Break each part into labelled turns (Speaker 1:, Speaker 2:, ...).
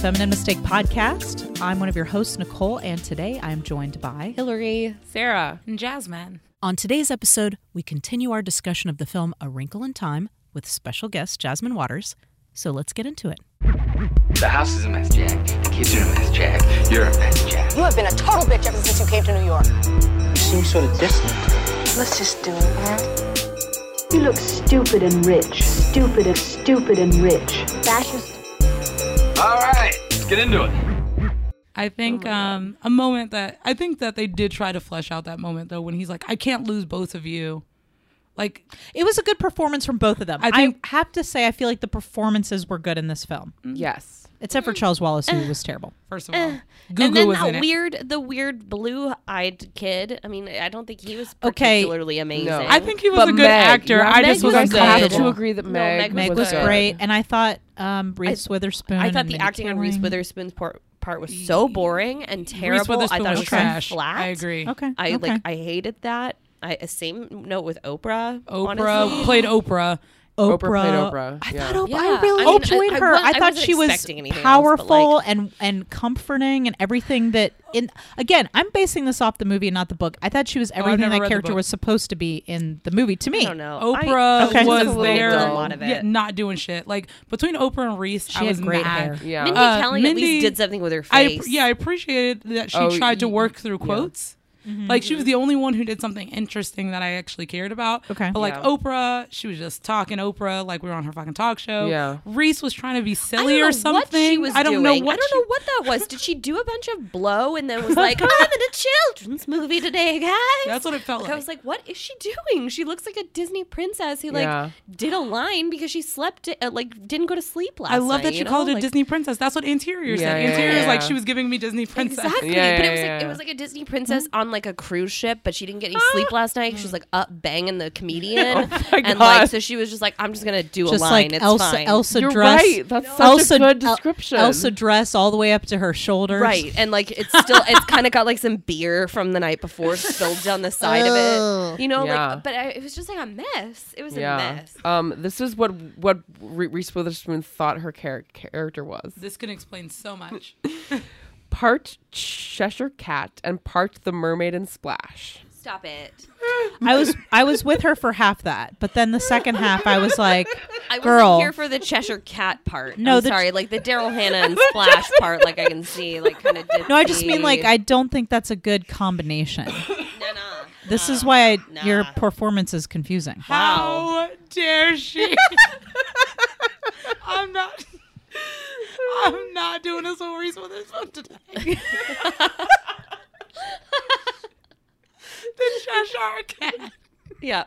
Speaker 1: Feminine Mistake Podcast. I'm one of your hosts, Nicole, and today I'm joined by
Speaker 2: Hillary,
Speaker 3: Sarah, and Jasmine.
Speaker 1: On today's episode, we continue our discussion of the film A Wrinkle in Time with special guest Jasmine Waters. So let's get into it.
Speaker 4: The house is a mess, Jack. The kids are a mess, Jack. You're a mess, Jack.
Speaker 5: You have been a total bitch ever since you came to New York.
Speaker 4: You seem sort of distant.
Speaker 5: Let's just do it, man.
Speaker 6: You look stupid and rich. Stupid and stupid and rich.
Speaker 5: Fascist.
Speaker 4: All right, let's get into it.
Speaker 3: I think um, a moment that I think that they did try to flesh out that moment though when he's like, I can't lose both of you. Like
Speaker 1: It was a good performance from both of them.
Speaker 3: I think-
Speaker 1: I have to say, I feel like the performances were good in this film,
Speaker 2: yes,
Speaker 1: except for Charles Wallace, who was terrible.
Speaker 3: first of all,
Speaker 2: and
Speaker 3: Google
Speaker 2: then
Speaker 3: was
Speaker 2: that
Speaker 3: in it.
Speaker 2: weird, the weird blue-eyed kid. I mean, I don't think he was
Speaker 1: Okay.
Speaker 2: particularly amazing.
Speaker 3: I think he was a good actor. I
Speaker 2: Meg
Speaker 3: just was
Speaker 2: was
Speaker 3: uncomfortable.
Speaker 2: good.
Speaker 3: Have to agree.
Speaker 7: that
Speaker 2: No,
Speaker 7: Meg,
Speaker 2: Meg
Speaker 1: Meg was
Speaker 2: was good.
Speaker 1: great, and I thought um, Reese Witherspoon.
Speaker 2: I
Speaker 1: and
Speaker 2: thought the
Speaker 1: Mindy
Speaker 2: acting on Reese
Speaker 1: Kaling-
Speaker 2: Witherspoon's por- part was so boring and
Speaker 3: Reese
Speaker 2: terrible. I
Speaker 3: Witherspoon
Speaker 2: thought it
Speaker 3: was
Speaker 2: was so
Speaker 3: trash.
Speaker 2: flat.
Speaker 3: I agree.
Speaker 1: Okay,
Speaker 2: I
Speaker 1: okay.
Speaker 2: like. I hated that. I uh, same note with Oprah.
Speaker 3: Oprah
Speaker 2: honestly.
Speaker 3: played Oprah.
Speaker 1: Oprah.
Speaker 7: played Oprah,
Speaker 1: I
Speaker 7: yeah.
Speaker 1: thought Oprah. I
Speaker 2: Yeah,
Speaker 1: really
Speaker 2: I mean,
Speaker 1: enjoyed
Speaker 2: I- I
Speaker 1: her.
Speaker 2: wa-
Speaker 1: I,
Speaker 2: I
Speaker 1: thought
Speaker 2: wasn't
Speaker 1: she was
Speaker 2: expecting anything else, but,
Speaker 1: powerful
Speaker 2: like-
Speaker 1: and and comforting and everything that. In again, I'm basing this off the movie and not the book. I thought she was everything
Speaker 3: never read
Speaker 1: that
Speaker 3: the
Speaker 1: character
Speaker 3: book.
Speaker 1: was supposed to be in the movie. To me, Oh,
Speaker 2: I don't know.
Speaker 3: Oprah
Speaker 2: I,
Speaker 1: Okay.
Speaker 3: was
Speaker 2: a little
Speaker 3: there,
Speaker 2: dull. A lot of it.
Speaker 3: yeah, not doing shit. Like between Oprah and Reese,
Speaker 1: She
Speaker 3: I
Speaker 1: had
Speaker 3: was
Speaker 1: great
Speaker 3: mad.
Speaker 1: hair.
Speaker 7: Yeah.
Speaker 2: Mindy
Speaker 3: Uh,
Speaker 2: Kaling at
Speaker 3: Mindy-
Speaker 2: least did something with her
Speaker 3: I
Speaker 2: face.
Speaker 3: yeah, I appreciated that she
Speaker 7: Oh,
Speaker 3: tried to
Speaker 7: y-
Speaker 3: work through quotes.
Speaker 2: Mm-hmm.
Speaker 3: Like she was the only one who did something interesting that I actually cared about.
Speaker 1: Okay.
Speaker 3: but like
Speaker 7: Yeah.
Speaker 3: Oprah, she was just talking Oprah, like we were on her fucking talk show.
Speaker 7: Yeah.
Speaker 3: Reese was trying to be
Speaker 2: I don't
Speaker 3: silly
Speaker 2: know
Speaker 3: or something.
Speaker 2: What she was
Speaker 3: I
Speaker 2: doing.
Speaker 3: don't know what.
Speaker 2: I don't
Speaker 3: she-
Speaker 2: know what that was. Did she do a bunch of blow and then was like, "I'm in a children's movie today, guys"?
Speaker 3: That's what it felt
Speaker 2: I
Speaker 3: like.
Speaker 2: was like, "What is she doing? She looks like a Disney princess who like
Speaker 7: Yeah.
Speaker 2: did a line because she slept uh, like didn't go to sleep last
Speaker 3: I love that
Speaker 2: night,
Speaker 3: you
Speaker 2: you know?
Speaker 3: called it
Speaker 2: Like-
Speaker 3: Disney princess. That's what Interior
Speaker 7: Yeah,
Speaker 3: said.
Speaker 7: yeah,
Speaker 3: Interior is like
Speaker 7: yeah.
Speaker 3: she was giving me Disney princess. Mm-hmm.
Speaker 2: Exactly,
Speaker 7: Yeah,
Speaker 2: but it
Speaker 7: yeah,
Speaker 2: was like
Speaker 7: yeah.
Speaker 2: it was like a Disney princess on like a cruise ship, but she didn't get any
Speaker 3: Ah.
Speaker 2: sleep last night.
Speaker 3: Mm.
Speaker 2: She was like up banging the comedian,
Speaker 7: Oh my
Speaker 2: and like
Speaker 7: God.
Speaker 2: so she was just like, "I'm just gonna do
Speaker 1: just
Speaker 2: a line.
Speaker 1: like
Speaker 2: it's
Speaker 1: Elsa,
Speaker 2: fine."
Speaker 1: Elsa
Speaker 7: You're
Speaker 1: dress.
Speaker 7: right. That's such a
Speaker 1: Elsa,
Speaker 7: good
Speaker 1: El-
Speaker 7: description.
Speaker 1: Elsa dress all the way up to her shoulders.
Speaker 2: Right. And like it's still it's kind of got like some beer from the night before spilled down the side of
Speaker 3: Oh.
Speaker 1: Ugh.
Speaker 2: it. You know,
Speaker 7: Yeah.
Speaker 2: like but I, it was just like a mess. It was a
Speaker 7: Yeah.
Speaker 2: mess.
Speaker 7: Um, this is what what Re- Reese Witherspoon thought her char- character was.
Speaker 3: This can explain so much.
Speaker 7: Part Cheshire Cat and part the Mermaid and Splash.
Speaker 2: Stop it.
Speaker 1: I was I was with her for half that, but then the second half I was like,
Speaker 2: I wasn't
Speaker 1: Girl.
Speaker 2: here for the Cheshire Cat part.
Speaker 1: No,
Speaker 2: No,
Speaker 1: the-
Speaker 2: sorry, like the Daryl Hannah and Splash part. Like I can see, like kind of.
Speaker 1: no, I just mean like I don't think that's a good combination. This
Speaker 3: Um,
Speaker 1: is why I, your performance is confusing.
Speaker 3: How dare she? I'm not. I'm not doing this with Reese Witherspoon today. the Cheshire Cat.
Speaker 2: yeah.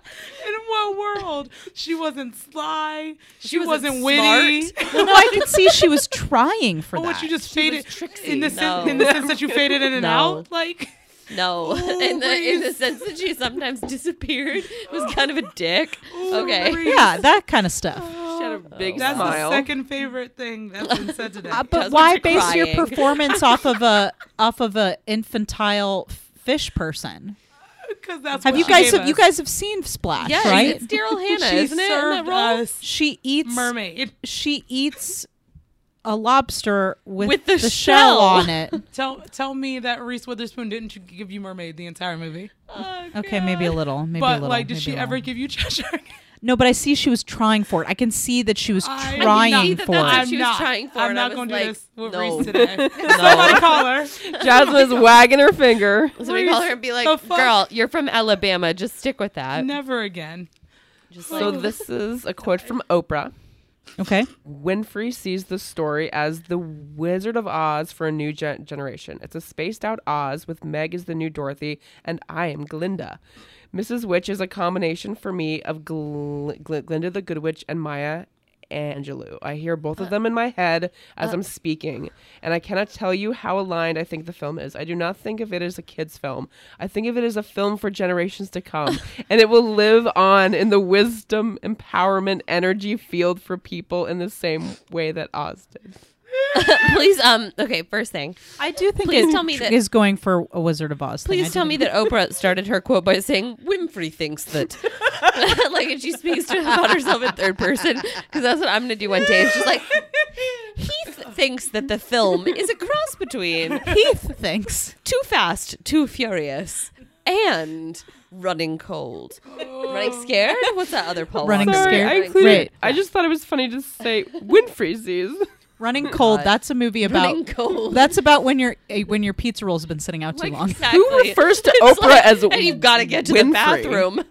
Speaker 3: In what world? She wasn't sly. She,
Speaker 2: wasn't
Speaker 3: wasn't, witty.
Speaker 1: Well, no, I could see she was trying for
Speaker 3: Oh, What
Speaker 1: that.
Speaker 3: you just faded in the
Speaker 2: No.
Speaker 3: sense in the sense that you faded in and
Speaker 2: No.
Speaker 3: out like.
Speaker 2: No, in, the, in the sense that she sometimes disappeared, was kind of a dick. okay.
Speaker 3: Reese.
Speaker 1: yeah, that kind of stuff.
Speaker 7: She had a big
Speaker 3: That's
Speaker 7: smile.
Speaker 3: the second favorite thing that's been said today.
Speaker 1: Uh, but
Speaker 2: Jasmine's
Speaker 1: why base your
Speaker 2: crying.
Speaker 1: performance off of a off of a infantile f- fish person?
Speaker 3: Because that's
Speaker 1: Have
Speaker 3: what
Speaker 1: you
Speaker 3: she
Speaker 1: guys
Speaker 3: gave
Speaker 1: have, you
Speaker 3: us.
Speaker 1: guys have seen Splash,
Speaker 2: Yeah,
Speaker 1: right?
Speaker 2: it's Daryl Hannah, isn't
Speaker 3: She
Speaker 2: it? Isn't that
Speaker 3: served
Speaker 2: role?
Speaker 3: us
Speaker 1: She eats
Speaker 3: mermaid.
Speaker 1: She eats a lobster with,
Speaker 2: With the
Speaker 1: shell
Speaker 2: shell.
Speaker 1: on it.
Speaker 3: Tell tell me that Reese Witherspoon didn't ch- give you Mermaid the entire movie.
Speaker 1: Okay, maybe a little, maybe a
Speaker 3: but
Speaker 1: little.
Speaker 3: like, did
Speaker 1: maybe
Speaker 3: she
Speaker 1: a
Speaker 3: ever
Speaker 1: little.
Speaker 3: give you Cheshire? Cat?
Speaker 1: No, but I see she was trying for it. I can see that she was
Speaker 3: I- I can see
Speaker 1: trying
Speaker 2: that
Speaker 1: for
Speaker 2: that's
Speaker 1: it.
Speaker 2: what she was trying for,
Speaker 3: I'm
Speaker 2: and I
Speaker 3: not
Speaker 2: was
Speaker 3: going to
Speaker 2: like,
Speaker 3: do this with
Speaker 2: no.
Speaker 3: Reese today. Somebody call her.
Speaker 1: Oh
Speaker 7: Jasmine's wagging her finger.
Speaker 2: So we call her and be
Speaker 3: the
Speaker 2: like,
Speaker 3: fuck?
Speaker 2: "Girl, you're from Alabama. Just stick with that."
Speaker 3: Never again.
Speaker 2: Just
Speaker 7: So this is a quote from Oprah.
Speaker 1: Okay.
Speaker 7: Winfrey sees the story as the Wizard of Oz for a new gen- generation. It's a spaced out Oz with Meg as the new Dorothy and I am Glinda. Mrs. Witch is a combination for me of Gl- Gl- Glinda the Good Witch and Maya Angelou. I hear both of them in my head as I'm speaking, and I cannot tell you how aligned I think the film is. I do not think of it as a kids' film. I think of it as a film for generations to come, and it will live on in the wisdom, empowerment, energy field for people in the same way that Oz did.
Speaker 2: please, um, okay. First thing,
Speaker 1: I do think
Speaker 2: Please
Speaker 1: it
Speaker 2: tell me that-
Speaker 1: is going for a Wizard of Oz. thing. I
Speaker 2: please tell
Speaker 1: didn't-
Speaker 2: me that Oprah started her quote by saying, "Winfrey thinks that," like, and she speaks to about herself in third person because that's what I'm gonna do one day. It's just like he th- thinks that the film is a cross between
Speaker 1: Heath thinks.
Speaker 2: Too Fast, Too Furious, and Running Cold. Running Scared? What's that other Paul
Speaker 1: Oh. Running
Speaker 2: Walker?
Speaker 7: Sorry,
Speaker 1: scared.
Speaker 7: I included.
Speaker 1: Right.
Speaker 7: I just thought it was funny to say Winfrey sees.
Speaker 1: Running Cold.
Speaker 2: God.
Speaker 1: That's a movie about.
Speaker 2: Running Cold.
Speaker 1: That's about when your eh, when your pizza roll's been sitting out too long.
Speaker 2: Exactly.
Speaker 7: Who refers to
Speaker 2: It's
Speaker 7: Oprah
Speaker 2: like,
Speaker 7: as
Speaker 2: and you've got to get to
Speaker 7: Winfrey?
Speaker 2: the bathroom.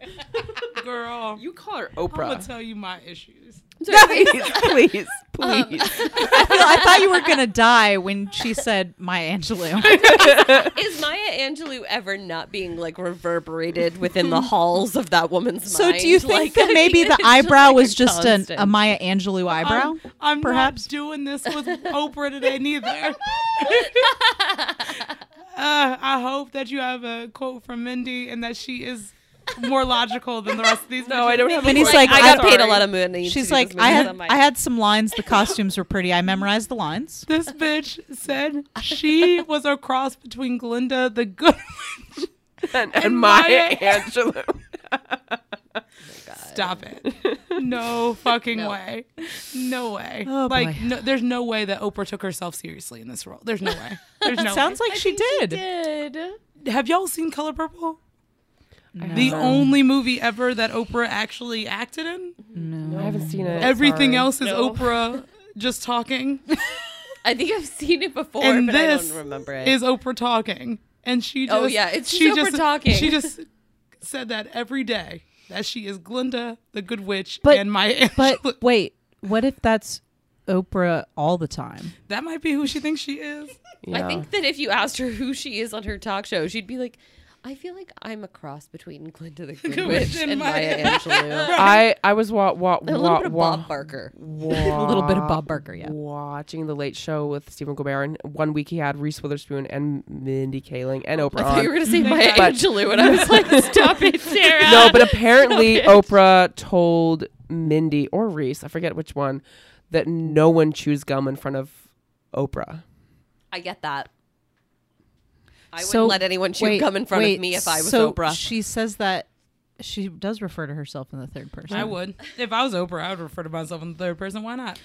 Speaker 3: Girl,
Speaker 7: You call her
Speaker 3: I'm gonna
Speaker 7: Oprah.
Speaker 3: tell you my issues.
Speaker 7: Please, please, please.
Speaker 1: I, feel- I thought you were gonna die when she said Maya Angelou.
Speaker 2: Is Maya Angelou ever not being like reverberated within the halls of that woman's
Speaker 1: Hmm. So
Speaker 2: mind?
Speaker 1: do you think
Speaker 2: Like,
Speaker 1: that
Speaker 2: I
Speaker 1: maybe
Speaker 2: mean,
Speaker 1: the
Speaker 2: it's
Speaker 1: eyebrow
Speaker 2: like
Speaker 1: was just an,
Speaker 2: constant. Um,
Speaker 1: a Maya Angelou eyebrow?
Speaker 3: I'm, I'm
Speaker 1: perhaps.
Speaker 3: not doing this with Oprah today neither. uh, I hope that you have a quote from Mindy and that she is more logical than the rest of these.
Speaker 7: No, oh, I don't have. a
Speaker 1: Minnie's
Speaker 7: voice.
Speaker 1: like,
Speaker 2: I
Speaker 1: I'm
Speaker 2: got paid a
Speaker 1: sorry.
Speaker 2: lot of money. to do
Speaker 1: She's
Speaker 2: this
Speaker 1: like,
Speaker 2: movie,
Speaker 1: I
Speaker 2: so
Speaker 1: had
Speaker 2: I'm like,
Speaker 1: I had some lines. The costumes were pretty. I memorized the lines.
Speaker 3: This bitch said she was a cross between Glinda the Good. Witch.
Speaker 7: and, and
Speaker 3: And
Speaker 7: Maya
Speaker 3: Maya-
Speaker 7: Angelou.
Speaker 3: Stop it! No fucking way! No way!
Speaker 1: Oh, boy.
Speaker 3: like, no, there's no way that Oprah took herself seriously in this role. There's no way. There's no.
Speaker 1: Sounds like she did.
Speaker 3: way. Have y'all seen Color Purple? The only movie ever that Oprah actually acted in.
Speaker 7: No, I haven't seen it.
Speaker 3: Everything
Speaker 7: Sorry.
Speaker 3: else is
Speaker 2: No.
Speaker 3: Oprah just talking,
Speaker 2: I think I've seen it before,
Speaker 3: and
Speaker 2: but
Speaker 3: this
Speaker 2: I don't remember it.
Speaker 3: is Oprah talking, and she just
Speaker 2: Oh, yeah, it's just
Speaker 3: she
Speaker 2: Oprah
Speaker 3: just
Speaker 2: talking.
Speaker 3: She just said that every day that she is Glinda the Good Witch
Speaker 1: But-
Speaker 3: and Maya Angelou.
Speaker 1: But wait, what if that's Oprah all the time?
Speaker 3: that might be who she thinks she is.
Speaker 2: I think that if you asked her who she is on her talk show, she'd be like, "I feel like I'm a cross between Glinda the Good Witch and Maya Angelou,
Speaker 7: I I was wa- wa-
Speaker 2: a
Speaker 7: wa-
Speaker 2: little bit of
Speaker 7: wa-
Speaker 2: Bob Barker."
Speaker 1: A little bit of Bob Barker, yeah.
Speaker 7: watching the Late Show with Stephen Colbert, and one week he had Reese Witherspoon and Mindy Kaling and
Speaker 2: Oh,
Speaker 7: Oprah.
Speaker 2: I thought
Speaker 7: on.
Speaker 2: you were gonna say Maya
Speaker 7: But-
Speaker 2: Angelou, and I was like, "Stop it, Sarah!"
Speaker 7: no, but apparently Oprah told Mindy or Reese, I forget which one, that no one chews gum in front of Oprah.
Speaker 2: I get that. I wouldn't
Speaker 1: So-
Speaker 2: let anyone chew
Speaker 1: wait,
Speaker 2: gum in front
Speaker 1: wait,
Speaker 2: of me if I was
Speaker 1: so
Speaker 2: Oprah.
Speaker 1: She says that she does refer to herself in the third person.
Speaker 3: I would. If I was Oprah, I would refer to myself in the third person. Why not?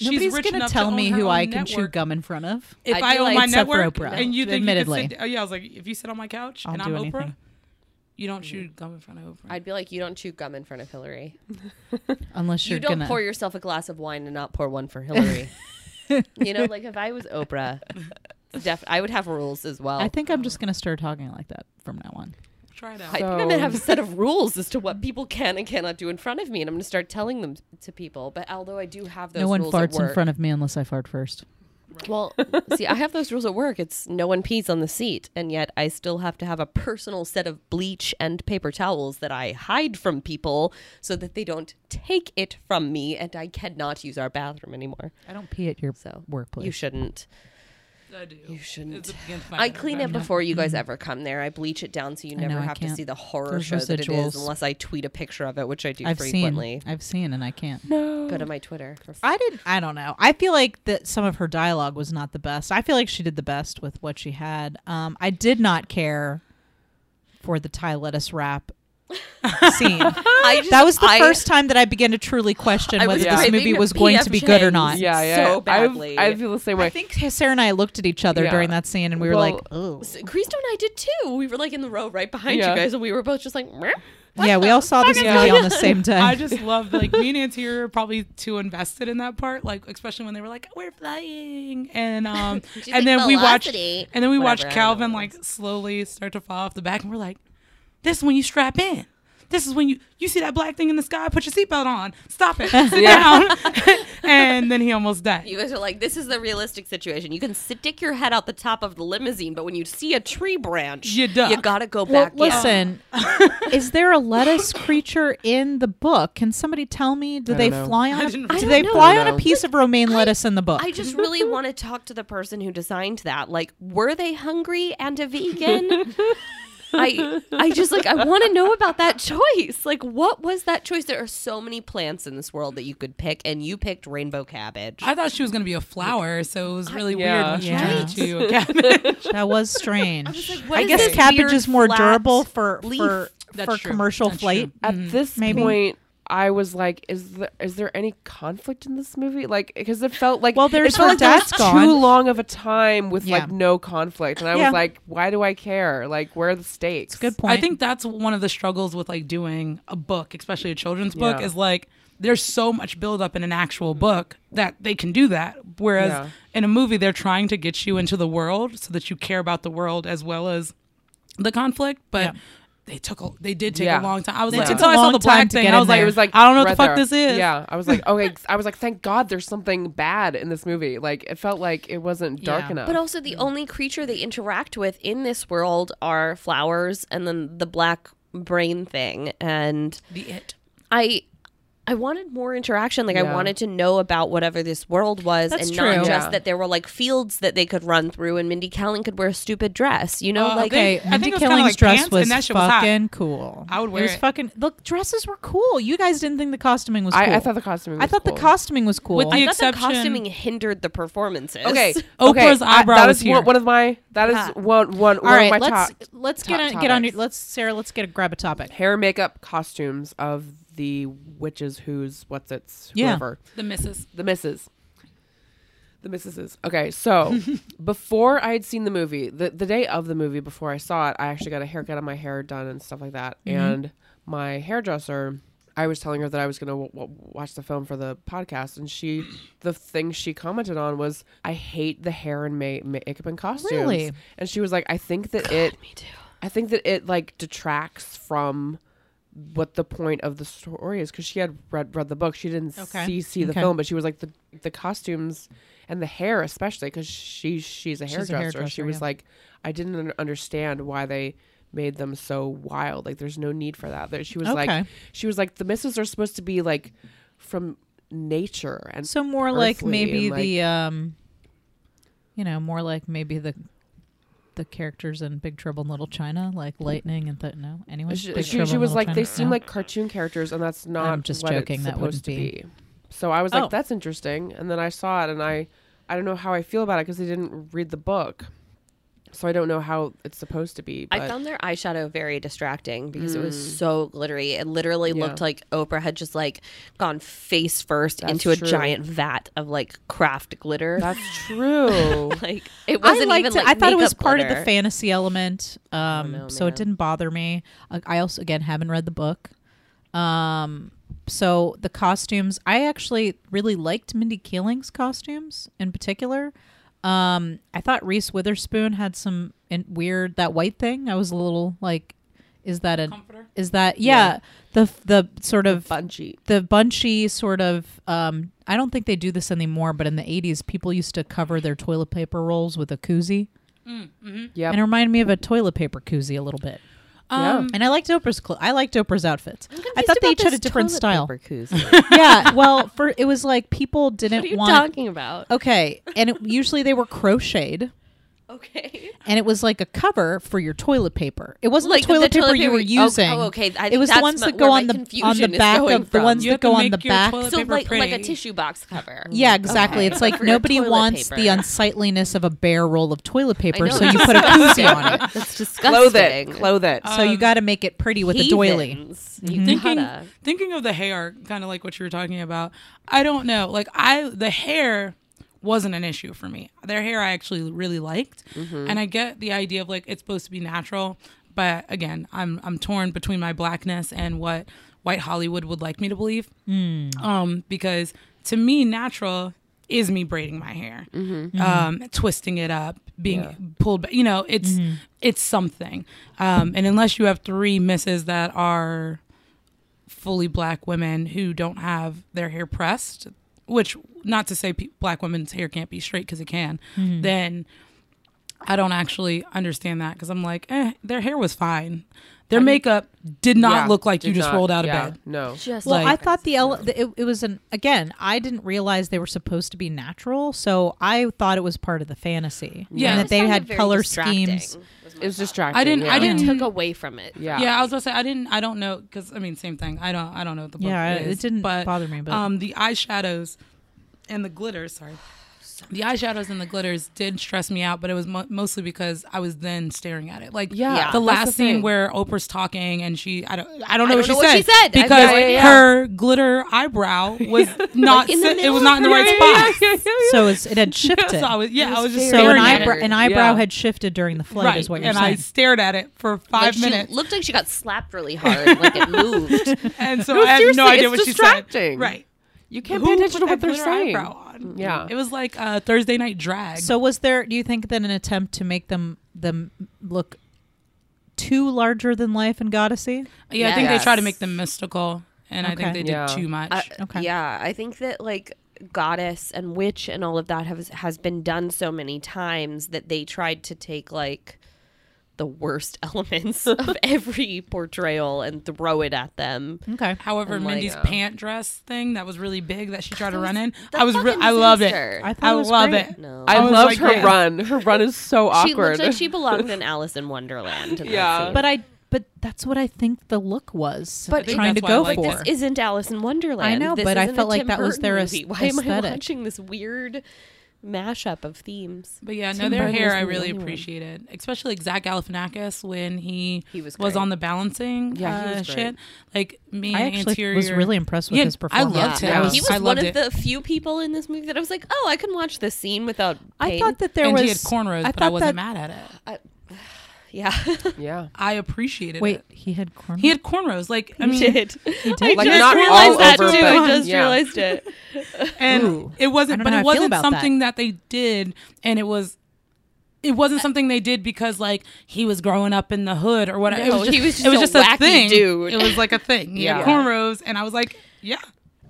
Speaker 1: Nobody's
Speaker 3: rich
Speaker 1: gonna
Speaker 3: enough to
Speaker 1: tell
Speaker 3: own
Speaker 1: me
Speaker 3: her
Speaker 1: who
Speaker 3: own
Speaker 1: I can chew
Speaker 3: network.
Speaker 1: gum in front of.
Speaker 3: If
Speaker 2: I'd
Speaker 3: I
Speaker 2: be
Speaker 3: own
Speaker 2: like-
Speaker 3: my
Speaker 1: Except for
Speaker 3: network
Speaker 1: Oprah.
Speaker 3: and you think
Speaker 1: Admittedly.
Speaker 3: you could sit, oh yeah, I was like, if you sit on my couch
Speaker 1: I'll
Speaker 3: and I'm
Speaker 1: do
Speaker 3: Oprah,
Speaker 1: anything.
Speaker 3: you don't chew gum in front of Oprah.
Speaker 2: I'd be like, "You don't chew gum in front of Hillary.
Speaker 1: Unless
Speaker 2: You
Speaker 1: you're
Speaker 2: don't
Speaker 1: gonna
Speaker 2: pour yourself a glass of wine and not pour one for Hillary." you know, like if I was Oprah, def- I would have rules as well.
Speaker 1: I think I'm just gonna start talking like that from now on.
Speaker 3: Try it out.
Speaker 2: I think I'm
Speaker 7: So-
Speaker 2: gonna have a set of rules as to what people can and cannot do in front of me, and I'm gonna start telling them to people. But although I do have those,
Speaker 1: no one
Speaker 2: rules
Speaker 1: farts
Speaker 2: at work,
Speaker 1: in front of me unless I fart first.
Speaker 2: Well, see, I have those rules at work. It's no one pees on the seat, and yet I still have to have a personal set of bleach and paper towels that I hide from people so that they don't take it from me, and I cannot use our bathroom anymore.
Speaker 1: I don't pee at your
Speaker 2: So
Speaker 1: workplays.
Speaker 2: you shouldn't.
Speaker 3: I do. You
Speaker 2: shouldn't.
Speaker 3: It's against my
Speaker 2: I
Speaker 3: better
Speaker 2: clean it
Speaker 3: judgment.
Speaker 2: before you guys ever come there. I bleach it down so you
Speaker 1: Mm-hmm. I
Speaker 2: never
Speaker 1: know, I
Speaker 2: have to
Speaker 1: can't.
Speaker 2: see the horror
Speaker 1: Those
Speaker 2: show that it is,
Speaker 1: residuals.
Speaker 2: unless I tweet a picture of it, which I do
Speaker 1: I've
Speaker 2: frequently.
Speaker 1: seen. I've seen, and I can't.
Speaker 2: Go to my Twitter. For
Speaker 1: I didn't. I don't know. I feel like that some of her dialogue was not the best. I feel like she did the best with what she had. Um, I did not care for the Thai lettuce wrap scene.
Speaker 2: I just,
Speaker 1: that was the
Speaker 2: I-
Speaker 1: first time that I began to truly question
Speaker 2: I
Speaker 1: whether
Speaker 2: was
Speaker 1: this
Speaker 2: craving
Speaker 1: movie
Speaker 2: the
Speaker 1: was going to be
Speaker 2: PF
Speaker 1: good or
Speaker 2: Chang's.
Speaker 1: not.
Speaker 7: Yeah,
Speaker 2: So
Speaker 7: yeah. I've-
Speaker 2: badly.
Speaker 7: I feel the same way.
Speaker 1: I think Sarah and I looked at each other
Speaker 7: Yeah.
Speaker 1: during that scene, and we were
Speaker 7: Well,
Speaker 1: like, "Oh,
Speaker 2: Cristo and I did too. We were like in the row right behind
Speaker 7: Yeah.
Speaker 2: you guys, and we were both just like, "Meh."
Speaker 1: yeah." We all saw this
Speaker 3: fuck is
Speaker 1: movie
Speaker 3: going
Speaker 1: on the same day.
Speaker 3: I just love like me and Auntie are probably too invested in that part, like especially when they were like, "We're flying," and um, and then we watch,
Speaker 2: velocity.
Speaker 3: and then we watch
Speaker 2: Whatever, I don't know
Speaker 3: Calvin
Speaker 2: what
Speaker 3: like slowly start to fall off the back, and we're like, "This is when you strap in. This is when you you see that black thing in the sky. Put your seatbelt on. Stop it. Sit down." and then he almost died.
Speaker 2: you guys are like, "This is the realistic situation. You can stick your head out the top of the limousine, but when you see a tree branch,
Speaker 3: You duck.
Speaker 2: gotta go
Speaker 1: Well,
Speaker 2: back." in.
Speaker 1: listen, is there a lettuce creature in the book? Can somebody tell me? Do they
Speaker 7: know.
Speaker 1: fly on?
Speaker 3: I
Speaker 1: A,
Speaker 3: didn't
Speaker 1: do
Speaker 2: read
Speaker 1: they
Speaker 2: it.
Speaker 1: fly
Speaker 7: I
Speaker 1: on
Speaker 7: don't
Speaker 1: a piece of romaine lettuce in the book?
Speaker 2: I just really want to talk to the person who designed that. Like, were they hungry and a vegan? I I just like I want to know about that choice. Like, what was that choice? There are so many plants in this world that you could pick, and you picked rainbow cabbage.
Speaker 3: I thought she was gonna be a flower, so it was really weird
Speaker 7: Yeah.
Speaker 3: when she
Speaker 1: Yeah.
Speaker 3: turned into a cabbage.
Speaker 1: that was strange. I,
Speaker 2: like, what is
Speaker 1: guess
Speaker 2: this
Speaker 1: cabbage
Speaker 2: weird
Speaker 1: is more
Speaker 2: flat
Speaker 1: durable for
Speaker 2: leaf?
Speaker 1: for,
Speaker 3: That's
Speaker 1: for
Speaker 3: true.
Speaker 1: commercial
Speaker 3: That's
Speaker 1: flight.
Speaker 7: At this
Speaker 1: Mm, Maybe.
Speaker 7: point, I was like, is there is there any conflict in this movie? Like, because it felt like
Speaker 1: Well,
Speaker 7: it
Speaker 1: there's
Speaker 7: felt
Speaker 1: her
Speaker 7: like there was
Speaker 1: dad's gone.
Speaker 7: too long of a time with
Speaker 1: Yeah.
Speaker 7: like no conflict, and I
Speaker 1: Yeah.
Speaker 7: was like, why do I care? Like, where are the stakes?
Speaker 1: Good point.
Speaker 3: I think that's one of the struggles with like doing a book, especially a children's book,
Speaker 7: Yeah.
Speaker 3: is like there's so much buildup in an actual book that they can do that. Whereas
Speaker 7: Yeah.
Speaker 3: in a movie, they're trying to get you into the world so that you care about the world as well as the conflict. But they took a, they did take
Speaker 7: Yeah.
Speaker 3: a long time. I was
Speaker 7: They
Speaker 3: like
Speaker 7: took
Speaker 3: until
Speaker 1: a
Speaker 3: I saw
Speaker 1: long
Speaker 3: the
Speaker 1: time
Speaker 3: black
Speaker 1: to
Speaker 3: thing,
Speaker 1: get
Speaker 3: I
Speaker 1: in
Speaker 3: was like,
Speaker 1: there.
Speaker 3: it was like I don't know what the
Speaker 7: right
Speaker 3: fuck
Speaker 7: there.
Speaker 3: this is.
Speaker 7: Yeah, I was like, okay, I was like, thank God there's something bad in this movie. Like, it felt like it wasn't dark
Speaker 1: Yeah.
Speaker 7: enough.
Speaker 2: But also,
Speaker 3: Mm.
Speaker 2: the only creature they interact with in this world are flowers and then the black brain thing. And
Speaker 3: the it.
Speaker 2: I. I wanted more interaction. Like I
Speaker 7: Yeah.
Speaker 2: wanted to know about whatever this world was,
Speaker 1: That's
Speaker 2: and
Speaker 1: true.
Speaker 2: not just
Speaker 7: Yeah.
Speaker 2: that there were like fields that they could run through, and Mindy Kaling could wear a stupid dress. You know,
Speaker 3: Uh,
Speaker 2: like
Speaker 3: they-
Speaker 1: Okay,
Speaker 3: I think
Speaker 1: Mindy
Speaker 3: it was kinda
Speaker 1: Kaling's
Speaker 3: like
Speaker 1: dress
Speaker 3: pants,
Speaker 1: was
Speaker 3: and that shit was hot.
Speaker 1: fucking cool.
Speaker 3: I would wear
Speaker 1: it. Was
Speaker 3: it.
Speaker 1: fucking look, dresses were cool. You guys didn't think the costuming was. cool.
Speaker 7: I- I thought the costuming
Speaker 1: I
Speaker 7: was
Speaker 1: thought
Speaker 7: cool.
Speaker 1: the costuming was cool.
Speaker 3: With the
Speaker 2: I thought the
Speaker 3: exception-
Speaker 2: costuming hindered the performances.
Speaker 7: okay,
Speaker 3: Oprah's
Speaker 7: okay,
Speaker 3: eyebrow
Speaker 7: I, that
Speaker 3: was
Speaker 7: is
Speaker 3: here.
Speaker 7: one, one of my that is
Speaker 1: Yeah.
Speaker 7: one one,
Speaker 1: All
Speaker 7: one
Speaker 1: right,
Speaker 7: of my
Speaker 1: let's
Speaker 7: top
Speaker 1: let's
Speaker 7: top
Speaker 1: get on, get on your
Speaker 7: topics.
Speaker 1: let's Sarah. Let's get a grab a topic.
Speaker 7: hair, makeup, costumes of the witches, who's what's it's
Speaker 1: Yeah.
Speaker 7: whoever.
Speaker 3: The missus.
Speaker 7: The misses. The missuses. Okay, so before I had seen the movie, the, the day of the movie, before I saw it, I actually got a haircut and my hair done and stuff like that. And my hairdresser, I was telling her that I was going to w- watch the film for the podcast. And she, the thing she commented on was, I hate the hair and ma- makeup and costumes.
Speaker 1: Really?
Speaker 7: And she was like, I think that it. Me too. I think that it like detracts from what the point of the story is because she had read read the book. She didn't
Speaker 1: Okay.
Speaker 7: see see the
Speaker 1: Okay.
Speaker 7: film, but she was like the the costumes and the hair especially because she she's a hairdresser. she
Speaker 1: hairdresser,
Speaker 7: was
Speaker 1: yeah.
Speaker 7: like, I didn't un- understand why they made them so wild. Like, there's no need for that. There, she was
Speaker 1: Okay.
Speaker 7: like, she was like, the misses are supposed to be like from nature and
Speaker 1: So more like
Speaker 7: earthly
Speaker 1: maybe
Speaker 7: and,
Speaker 1: the um, you know, more like maybe the the characters in Big Trouble in Little China, like lightning and th- no. Anyway,
Speaker 7: She,
Speaker 1: Big
Speaker 7: she-
Speaker 1: Trouble
Speaker 7: she
Speaker 1: in
Speaker 7: was
Speaker 1: Little
Speaker 7: like,
Speaker 1: China,
Speaker 7: they seem
Speaker 1: no.
Speaker 7: like cartoon characters, and that's not
Speaker 1: just
Speaker 7: what
Speaker 1: joking,
Speaker 7: It's
Speaker 1: that wouldn't
Speaker 7: supposed to
Speaker 1: be.
Speaker 7: be. So I was like,
Speaker 1: Oh.
Speaker 7: that's interesting. And then I saw it, and I, I don't know how I feel about it because they didn't read the book, so I don't know how it's supposed to be. But
Speaker 2: I found their eyeshadow very distracting because it
Speaker 1: Hmm.
Speaker 2: was so glittery. It literally
Speaker 7: Yeah.
Speaker 2: looked like Oprah had just like gone face first
Speaker 7: That's
Speaker 2: into a
Speaker 7: true.
Speaker 2: giant vat of like craft glitter.
Speaker 7: that's true.
Speaker 2: like it
Speaker 1: I
Speaker 2: wasn't
Speaker 1: liked
Speaker 2: even
Speaker 1: it.
Speaker 2: like
Speaker 1: I thought it was
Speaker 2: makeup
Speaker 1: part of
Speaker 2: glitter.
Speaker 1: the fantasy element, um,
Speaker 2: know,
Speaker 1: so
Speaker 2: man.
Speaker 1: it didn't bother me. Uh, I also, again, haven't read the book, um, so the costumes. I actually really liked Mindy Kaling's costumes in particular. Um, I thought Reese Witherspoon had some in- weird that white thing. I was a little like, is that a
Speaker 3: Comforter?
Speaker 1: Is that yeah, The the sort of
Speaker 7: Bungee.
Speaker 1: the bunchy sort of um, i don't think they do this anymore but in the 80s people used to cover their toilet paper rolls with a koozie
Speaker 7: Yep.
Speaker 1: and it reminded me of a toilet paper koozie a little bit
Speaker 7: Yeah.
Speaker 3: Um,
Speaker 1: and i liked oprah's cl- i liked oprah's outfits i thought
Speaker 2: Just
Speaker 1: they
Speaker 2: about
Speaker 1: each had a
Speaker 2: this
Speaker 1: different
Speaker 2: toilet
Speaker 1: style
Speaker 2: paper koozie. what
Speaker 1: yeah well for it was like people didn't
Speaker 2: are you
Speaker 1: want Oh.
Speaker 2: talking about?
Speaker 1: okay and it, usually they were crocheted
Speaker 2: Okay.
Speaker 1: and it was like a cover for your toilet paper. It wasn't
Speaker 2: Like
Speaker 1: the
Speaker 2: the
Speaker 1: toilet paper
Speaker 2: toilet
Speaker 1: you
Speaker 2: paper-
Speaker 1: were
Speaker 2: oh,
Speaker 1: using.
Speaker 2: oh, okay. I
Speaker 1: it
Speaker 2: think
Speaker 1: was the
Speaker 2: that's
Speaker 1: ones
Speaker 2: my-
Speaker 1: that go
Speaker 2: where my
Speaker 1: on the on the
Speaker 2: confusion is
Speaker 1: back
Speaker 2: going
Speaker 1: of the
Speaker 2: from.
Speaker 1: ones
Speaker 3: You
Speaker 1: that
Speaker 3: have to
Speaker 1: go on
Speaker 3: make
Speaker 1: the
Speaker 3: your
Speaker 1: back.
Speaker 3: toilet
Speaker 2: So
Speaker 3: paper
Speaker 2: like like a
Speaker 3: pretty.
Speaker 2: tissue box cover.
Speaker 1: Yeah, exactly.
Speaker 2: Okay.
Speaker 1: It's like
Speaker 2: For your
Speaker 1: nobody
Speaker 2: toilet
Speaker 1: wants the
Speaker 2: paper.
Speaker 1: unsightliness of a bare roll of toilet paper,
Speaker 2: know,
Speaker 1: so Um,
Speaker 2: it's
Speaker 1: you put a koozie on it.
Speaker 2: That's
Speaker 7: Clothe
Speaker 2: disgusting.
Speaker 7: it. Clothe it.
Speaker 2: Uh,
Speaker 1: So you got to make it pretty with a doily. Mm-hmm.
Speaker 2: Heathens. You
Speaker 3: thinking
Speaker 2: gotta.
Speaker 3: thinking of the hair kind of like what you were talking about i don't know like i the hair wasn't an issue for me their hair i actually really liked and i get the idea of like it's supposed to be natural but again i'm i'm torn between my blackness and what white hollywood would like me to believe um because to me natural is me braiding my hair um twisting it up being pulled back you know it's it's something um and unless you have three misses that are fully black women who don't have their hair pressed, which not to say pe- black women's hair can't be straight because it can,
Speaker 7: Mm-hmm.
Speaker 3: then I don't actually understand that because I'm like, eh, their hair was fine. Their makeup did not
Speaker 7: Yeah,
Speaker 3: look like
Speaker 7: did
Speaker 3: you just
Speaker 7: not-
Speaker 3: rolled out
Speaker 7: yeah,
Speaker 3: of bed.
Speaker 7: No.
Speaker 2: Just
Speaker 1: Well, I
Speaker 3: Like-
Speaker 1: thought the ele- the- it, it was an again. I didn't realize they were supposed to be natural, so I thought it was part of the fantasy.
Speaker 3: Yeah.
Speaker 1: and that
Speaker 3: I just
Speaker 1: they
Speaker 2: found it
Speaker 1: had
Speaker 2: very
Speaker 1: color
Speaker 2: distracting.
Speaker 1: schemes. Mm-hmm.
Speaker 7: It was distracting.
Speaker 3: I didn't-
Speaker 7: Yeah.
Speaker 3: I didn't-
Speaker 2: It took away from it.
Speaker 7: Yeah.
Speaker 3: Yeah, I was gonna say I didn't. I don't know because I mean, same thing. I don't. I don't know what the book
Speaker 1: Yeah, I-
Speaker 3: is,
Speaker 1: it didn't
Speaker 3: but,
Speaker 1: bother me, but-
Speaker 3: um, the eyeshadows and the glitter. Sorry, the eyeshadows and the glitters did stress me out, but it was mo- mostly because I was then staring at it. Like
Speaker 7: Yeah, Yeah.
Speaker 3: the
Speaker 7: that's
Speaker 3: last
Speaker 7: the
Speaker 3: scene
Speaker 7: thing.
Speaker 3: where Oprah's talking and she I don't I don't
Speaker 2: don't
Speaker 3: know, what,
Speaker 2: know
Speaker 3: she
Speaker 2: what
Speaker 3: said
Speaker 2: she said. I have no
Speaker 3: because
Speaker 2: idea.
Speaker 3: her glitter eyebrow was not
Speaker 2: in the
Speaker 3: sit- it
Speaker 2: middle
Speaker 3: was not in the
Speaker 2: of
Speaker 3: right
Speaker 2: her-
Speaker 3: spot.
Speaker 1: So it's, it had shifted.
Speaker 3: So I was yeah, I was just
Speaker 1: So an,
Speaker 3: staring at
Speaker 1: eyebrow,
Speaker 3: it.
Speaker 1: an eyebrow
Speaker 7: Yeah.
Speaker 1: had shifted during the flight, is what you're
Speaker 3: and I
Speaker 1: saying.
Speaker 3: stared at it for
Speaker 2: Like
Speaker 3: five
Speaker 2: she
Speaker 3: minutes,
Speaker 2: looked like she got slapped really hard, like it moved.
Speaker 3: and so
Speaker 7: No,
Speaker 3: I had
Speaker 7: seriously,
Speaker 3: no idea
Speaker 7: it's
Speaker 3: what she
Speaker 7: distracting.
Speaker 3: said. Right?
Speaker 7: You can't
Speaker 3: Who
Speaker 7: pay attention to
Speaker 3: put
Speaker 7: what
Speaker 3: that
Speaker 7: they're
Speaker 3: glitter
Speaker 7: saying.
Speaker 3: eyebrow on?
Speaker 7: Yeah.
Speaker 3: it was like a Thursday night drag.
Speaker 1: so was there? Do you think that an attempt to make them them look too larger than life and goddessy?
Speaker 3: yeah, I think
Speaker 2: Yes.
Speaker 3: they try to make them mystical, and I
Speaker 1: Okay.
Speaker 3: think they did
Speaker 7: Yeah.
Speaker 3: too much.
Speaker 2: I-
Speaker 1: Okay.
Speaker 2: Uh, Yeah, I think that like goddess and witch and all of that has has been done so many times that they tried to take like the worst elements of every portrayal and throw it at them.
Speaker 1: Okay.
Speaker 3: However,
Speaker 2: And, like,
Speaker 3: Mindy's
Speaker 2: yeah.
Speaker 3: pant dress thing that was really big that she tried to
Speaker 2: was
Speaker 3: run in.
Speaker 2: the
Speaker 3: I was re-
Speaker 2: fucking
Speaker 3: I love it.
Speaker 2: disaster.
Speaker 1: I
Speaker 3: I,
Speaker 1: thought it was
Speaker 3: love
Speaker 1: great.
Speaker 3: it.
Speaker 2: No.
Speaker 7: I,
Speaker 3: was
Speaker 7: loved
Speaker 3: like,
Speaker 7: her
Speaker 3: yes.
Speaker 7: run. Her run is so
Speaker 2: Oh, She looks
Speaker 7: awkward.
Speaker 2: like she belonged in Alice in Wonderland. In
Speaker 7: Yeah.
Speaker 2: yeah,
Speaker 1: But I but that's what I think the look was.
Speaker 2: But
Speaker 1: But trying to
Speaker 3: that's why I
Speaker 1: go
Speaker 3: like
Speaker 1: for.
Speaker 2: this isn't Alice in Wonderland.
Speaker 1: I know,
Speaker 2: This
Speaker 1: but I
Speaker 2: isn't a
Speaker 1: felt like
Speaker 2: Tim
Speaker 1: that was
Speaker 2: Burton
Speaker 1: their
Speaker 2: movie. Why am I
Speaker 1: aesthetic.
Speaker 2: watching this weird mashup of themes?
Speaker 3: But yeah, no,
Speaker 1: Tim
Speaker 3: their
Speaker 1: Burton
Speaker 3: hair
Speaker 1: was
Speaker 3: I
Speaker 1: the
Speaker 3: really
Speaker 1: only one.
Speaker 3: appreciated, especially like Zach Galifianakis when he,
Speaker 2: He was great.
Speaker 3: on the balancing
Speaker 7: Yeah, he
Speaker 3: uh,
Speaker 7: was great.
Speaker 3: shit. Like me,
Speaker 1: I
Speaker 3: and
Speaker 1: actually
Speaker 3: anterior
Speaker 1: was really impressed with
Speaker 3: Yeah,
Speaker 1: his
Speaker 3: I
Speaker 1: performance.
Speaker 3: loved him.
Speaker 7: Yeah.
Speaker 3: I
Speaker 2: He was
Speaker 3: I
Speaker 2: one
Speaker 3: loved
Speaker 2: of
Speaker 3: it.
Speaker 2: the few people in this movie that I was like, oh, I can watch this scene without.
Speaker 1: I
Speaker 2: pain.
Speaker 1: thought that there
Speaker 3: and
Speaker 1: was
Speaker 3: he had cornrows,
Speaker 1: I
Speaker 3: but I
Speaker 1: thought
Speaker 3: wasn't
Speaker 1: that,
Speaker 3: mad at it.
Speaker 2: yeah,
Speaker 7: yeah.
Speaker 3: I appreciated
Speaker 1: Wait,
Speaker 3: it.
Speaker 1: he had cornrows.
Speaker 3: He had cornrows. Like I mean,
Speaker 2: did. I
Speaker 7: Like,
Speaker 2: just
Speaker 7: not
Speaker 2: realized
Speaker 7: all
Speaker 2: that
Speaker 7: over,
Speaker 2: too.
Speaker 7: but-
Speaker 2: I just
Speaker 7: Yeah.
Speaker 2: realized it.
Speaker 3: and
Speaker 1: Ooh.
Speaker 3: it
Speaker 1: I
Speaker 3: wasn't
Speaker 1: don't
Speaker 3: but
Speaker 1: know how
Speaker 3: it
Speaker 1: I feel
Speaker 3: wasn't
Speaker 1: about that.
Speaker 3: something that. they did and it was it wasn't something they did because like he was growing up in the hood or whatever
Speaker 2: No,
Speaker 3: it was just,
Speaker 2: he was just
Speaker 3: it was
Speaker 2: a
Speaker 3: just
Speaker 2: wacky
Speaker 3: a thing
Speaker 2: dude.
Speaker 3: it was like a thing yeah
Speaker 7: Yeah.
Speaker 3: cornrows and i was like yeah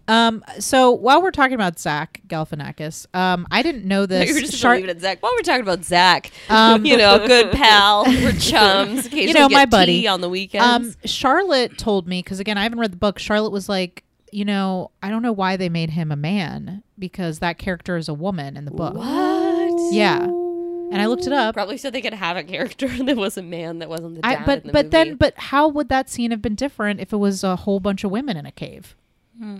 Speaker 1: Um, so while we're talking about Zach Galifianakis, um, I didn't know this.
Speaker 2: We were just
Speaker 1: Shar-
Speaker 2: leaving it at Zach. While we're talking about Zach,
Speaker 1: Um,
Speaker 2: you know, good pal, we're chums.
Speaker 1: you know,
Speaker 2: occasionally
Speaker 1: my
Speaker 2: get
Speaker 1: buddy
Speaker 2: tea on the weekends.
Speaker 1: Um, Charlotte told me because again, I haven't read the book. Charlotte was like, you know, I don't know why they made him a man because that character is a woman in the book.
Speaker 2: what?
Speaker 1: Yeah, and I looked it up.
Speaker 2: Probably so they could have a character that was a man that wasn't the dad.
Speaker 1: I, but
Speaker 2: in the
Speaker 1: but then
Speaker 2: movie.
Speaker 1: but how would that scene have been different if it was a whole bunch of women in a cave?
Speaker 2: Hmm.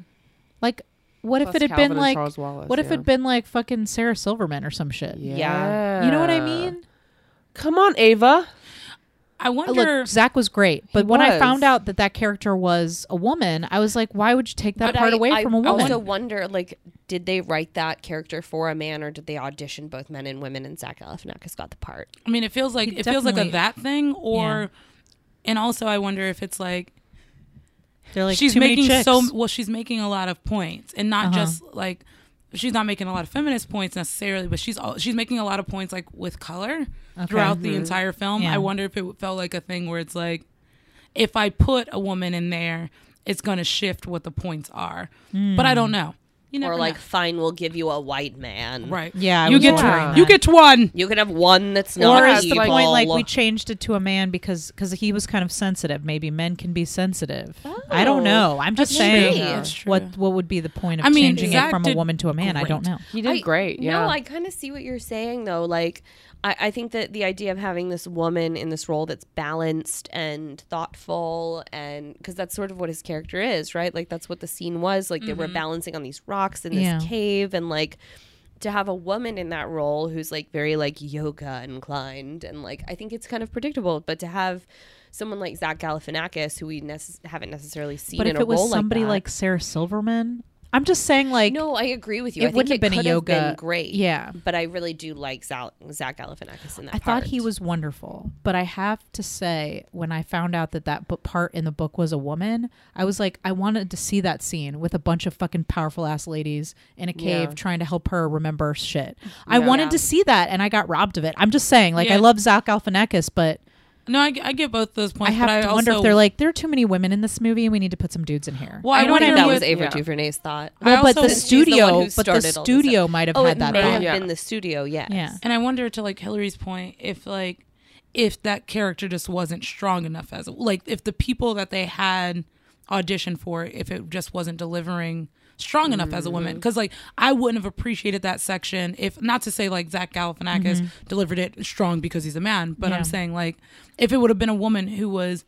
Speaker 1: Like, what
Speaker 7: Plus
Speaker 1: if it had
Speaker 7: Calvin
Speaker 1: been
Speaker 7: and
Speaker 1: like
Speaker 7: Charles Wallace,
Speaker 1: what if
Speaker 7: yeah.
Speaker 1: it had been like fucking Sarah Silverman or some shit?
Speaker 2: Yeah.
Speaker 1: You know what I mean?
Speaker 7: Come on, Ava.
Speaker 3: i wonder
Speaker 1: Look, Zach was great, but when I
Speaker 7: was.
Speaker 1: found out that that character was a woman, I was like, why would you take that
Speaker 2: But
Speaker 1: part
Speaker 2: I-
Speaker 1: away
Speaker 2: I
Speaker 1: from a woman?
Speaker 2: also wonder, like, did they write that character for a man, or did they audition both men and women, and Zach Galifianakis got the part?
Speaker 3: i mean it feels like
Speaker 1: He
Speaker 3: it feels like a
Speaker 1: definitely-
Speaker 3: that thing or and also i wonder if it's like
Speaker 1: They're like
Speaker 3: she's
Speaker 1: too many
Speaker 3: making
Speaker 1: chicks. Uh-huh.
Speaker 3: so well she's making a lot of points and not just like she's not making a lot of feminist points necessarily but she's all, she's making a lot of points like with color throughout
Speaker 2: Mm-hmm.
Speaker 3: the entire film
Speaker 1: Yeah.
Speaker 3: i wonder if it felt like a thing where it's like if i put a woman in there it's going to shift what the points are but i
Speaker 1: Hmm.
Speaker 3: don't know you never
Speaker 2: Or like,
Speaker 3: know.
Speaker 2: fine, we'll give you a white man.
Speaker 3: right
Speaker 1: Yeah, I
Speaker 3: you
Speaker 1: was
Speaker 3: get
Speaker 1: wondering
Speaker 3: you
Speaker 1: that.
Speaker 3: get one
Speaker 2: You can have one that's not
Speaker 1: or is the
Speaker 2: evil.
Speaker 1: point like we changed it to a man because because he was kind of sensitive? Maybe men can be sensitive. I
Speaker 2: Oh,
Speaker 1: don't know. I'm just
Speaker 3: That's
Speaker 1: saying
Speaker 3: true. That's
Speaker 1: what what would be the point of
Speaker 3: I mean,
Speaker 1: changing it
Speaker 3: Zach
Speaker 1: from a
Speaker 3: did
Speaker 1: woman to a man? I don't
Speaker 3: great.
Speaker 1: know.
Speaker 7: He did
Speaker 2: I-
Speaker 7: great. Yeah.
Speaker 2: No, I kind of see what you're saying though. Like, I, I think that the idea of having this woman in this role that's balanced and thoughtful, and because that's sort of what his character is, right? Like, that's what the scene was. Like, they were balancing on these rocks in this
Speaker 1: Mm-hmm. Yeah.
Speaker 2: cave, and like to have a woman in that role who's like very like yoga inclined and like I think it's kind of predictable, but to have someone like Zach Galifianakis who we necess haven't necessarily seen
Speaker 1: But
Speaker 2: in
Speaker 1: if
Speaker 2: a
Speaker 1: it was
Speaker 2: role
Speaker 1: somebody
Speaker 2: like, that,
Speaker 1: like Sarah Silverman, I'm just saying like
Speaker 2: no, I agree with you.
Speaker 1: It
Speaker 2: I think
Speaker 1: wouldn't have been a
Speaker 2: could
Speaker 1: yoga-
Speaker 2: Been great,
Speaker 1: yeah.
Speaker 2: but I really do like Zal- Zach Galifianakis in that.
Speaker 1: I thought he
Speaker 2: part.
Speaker 1: was wonderful, but I have to say, when I found out that that bu- part in the book was a woman, I was like, I wanted to see that scene with a bunch of fucking powerful ass ladies in a cave trying to help her remember shit. I wanted to see that, and I got robbed of it. I'm just saying, like, I
Speaker 3: Yeah.
Speaker 1: love Zach Galifianakis, but
Speaker 3: no I, I get both those
Speaker 1: I
Speaker 3: points
Speaker 1: have
Speaker 3: but i
Speaker 1: to
Speaker 3: also
Speaker 1: wonder if they're like, there are too many women in this movie, and we need to put some dudes in here.
Speaker 3: well,
Speaker 2: I,
Speaker 3: I,
Speaker 2: don't
Speaker 3: wonder
Speaker 2: think that was
Speaker 3: what-
Speaker 2: Ava
Speaker 7: yeah.
Speaker 2: DuVernay's thought.
Speaker 1: Well, but the
Speaker 2: Since she's
Speaker 1: studio,
Speaker 2: one who
Speaker 1: but the
Speaker 2: started all this
Speaker 1: studio
Speaker 2: stuff.
Speaker 1: might have
Speaker 2: oh,
Speaker 1: had
Speaker 2: it
Speaker 1: that
Speaker 2: May
Speaker 1: thought.
Speaker 2: have
Speaker 7: Yeah.
Speaker 2: been the studio, yes.
Speaker 1: Yeah.
Speaker 3: And I wonder to like Hillary's point, if like if that character just wasn't strong enough as like if the people that they had auditioned for, if it just wasn't delivering strong enough as a woman,
Speaker 1: Mm-hmm.
Speaker 3: because like I wouldn't have appreciated that section if not to say like Zach Galifianakis delivered it strong because he's a man, but
Speaker 1: Mm-hmm. Yeah.
Speaker 3: I'm saying like if it would have been a woman who was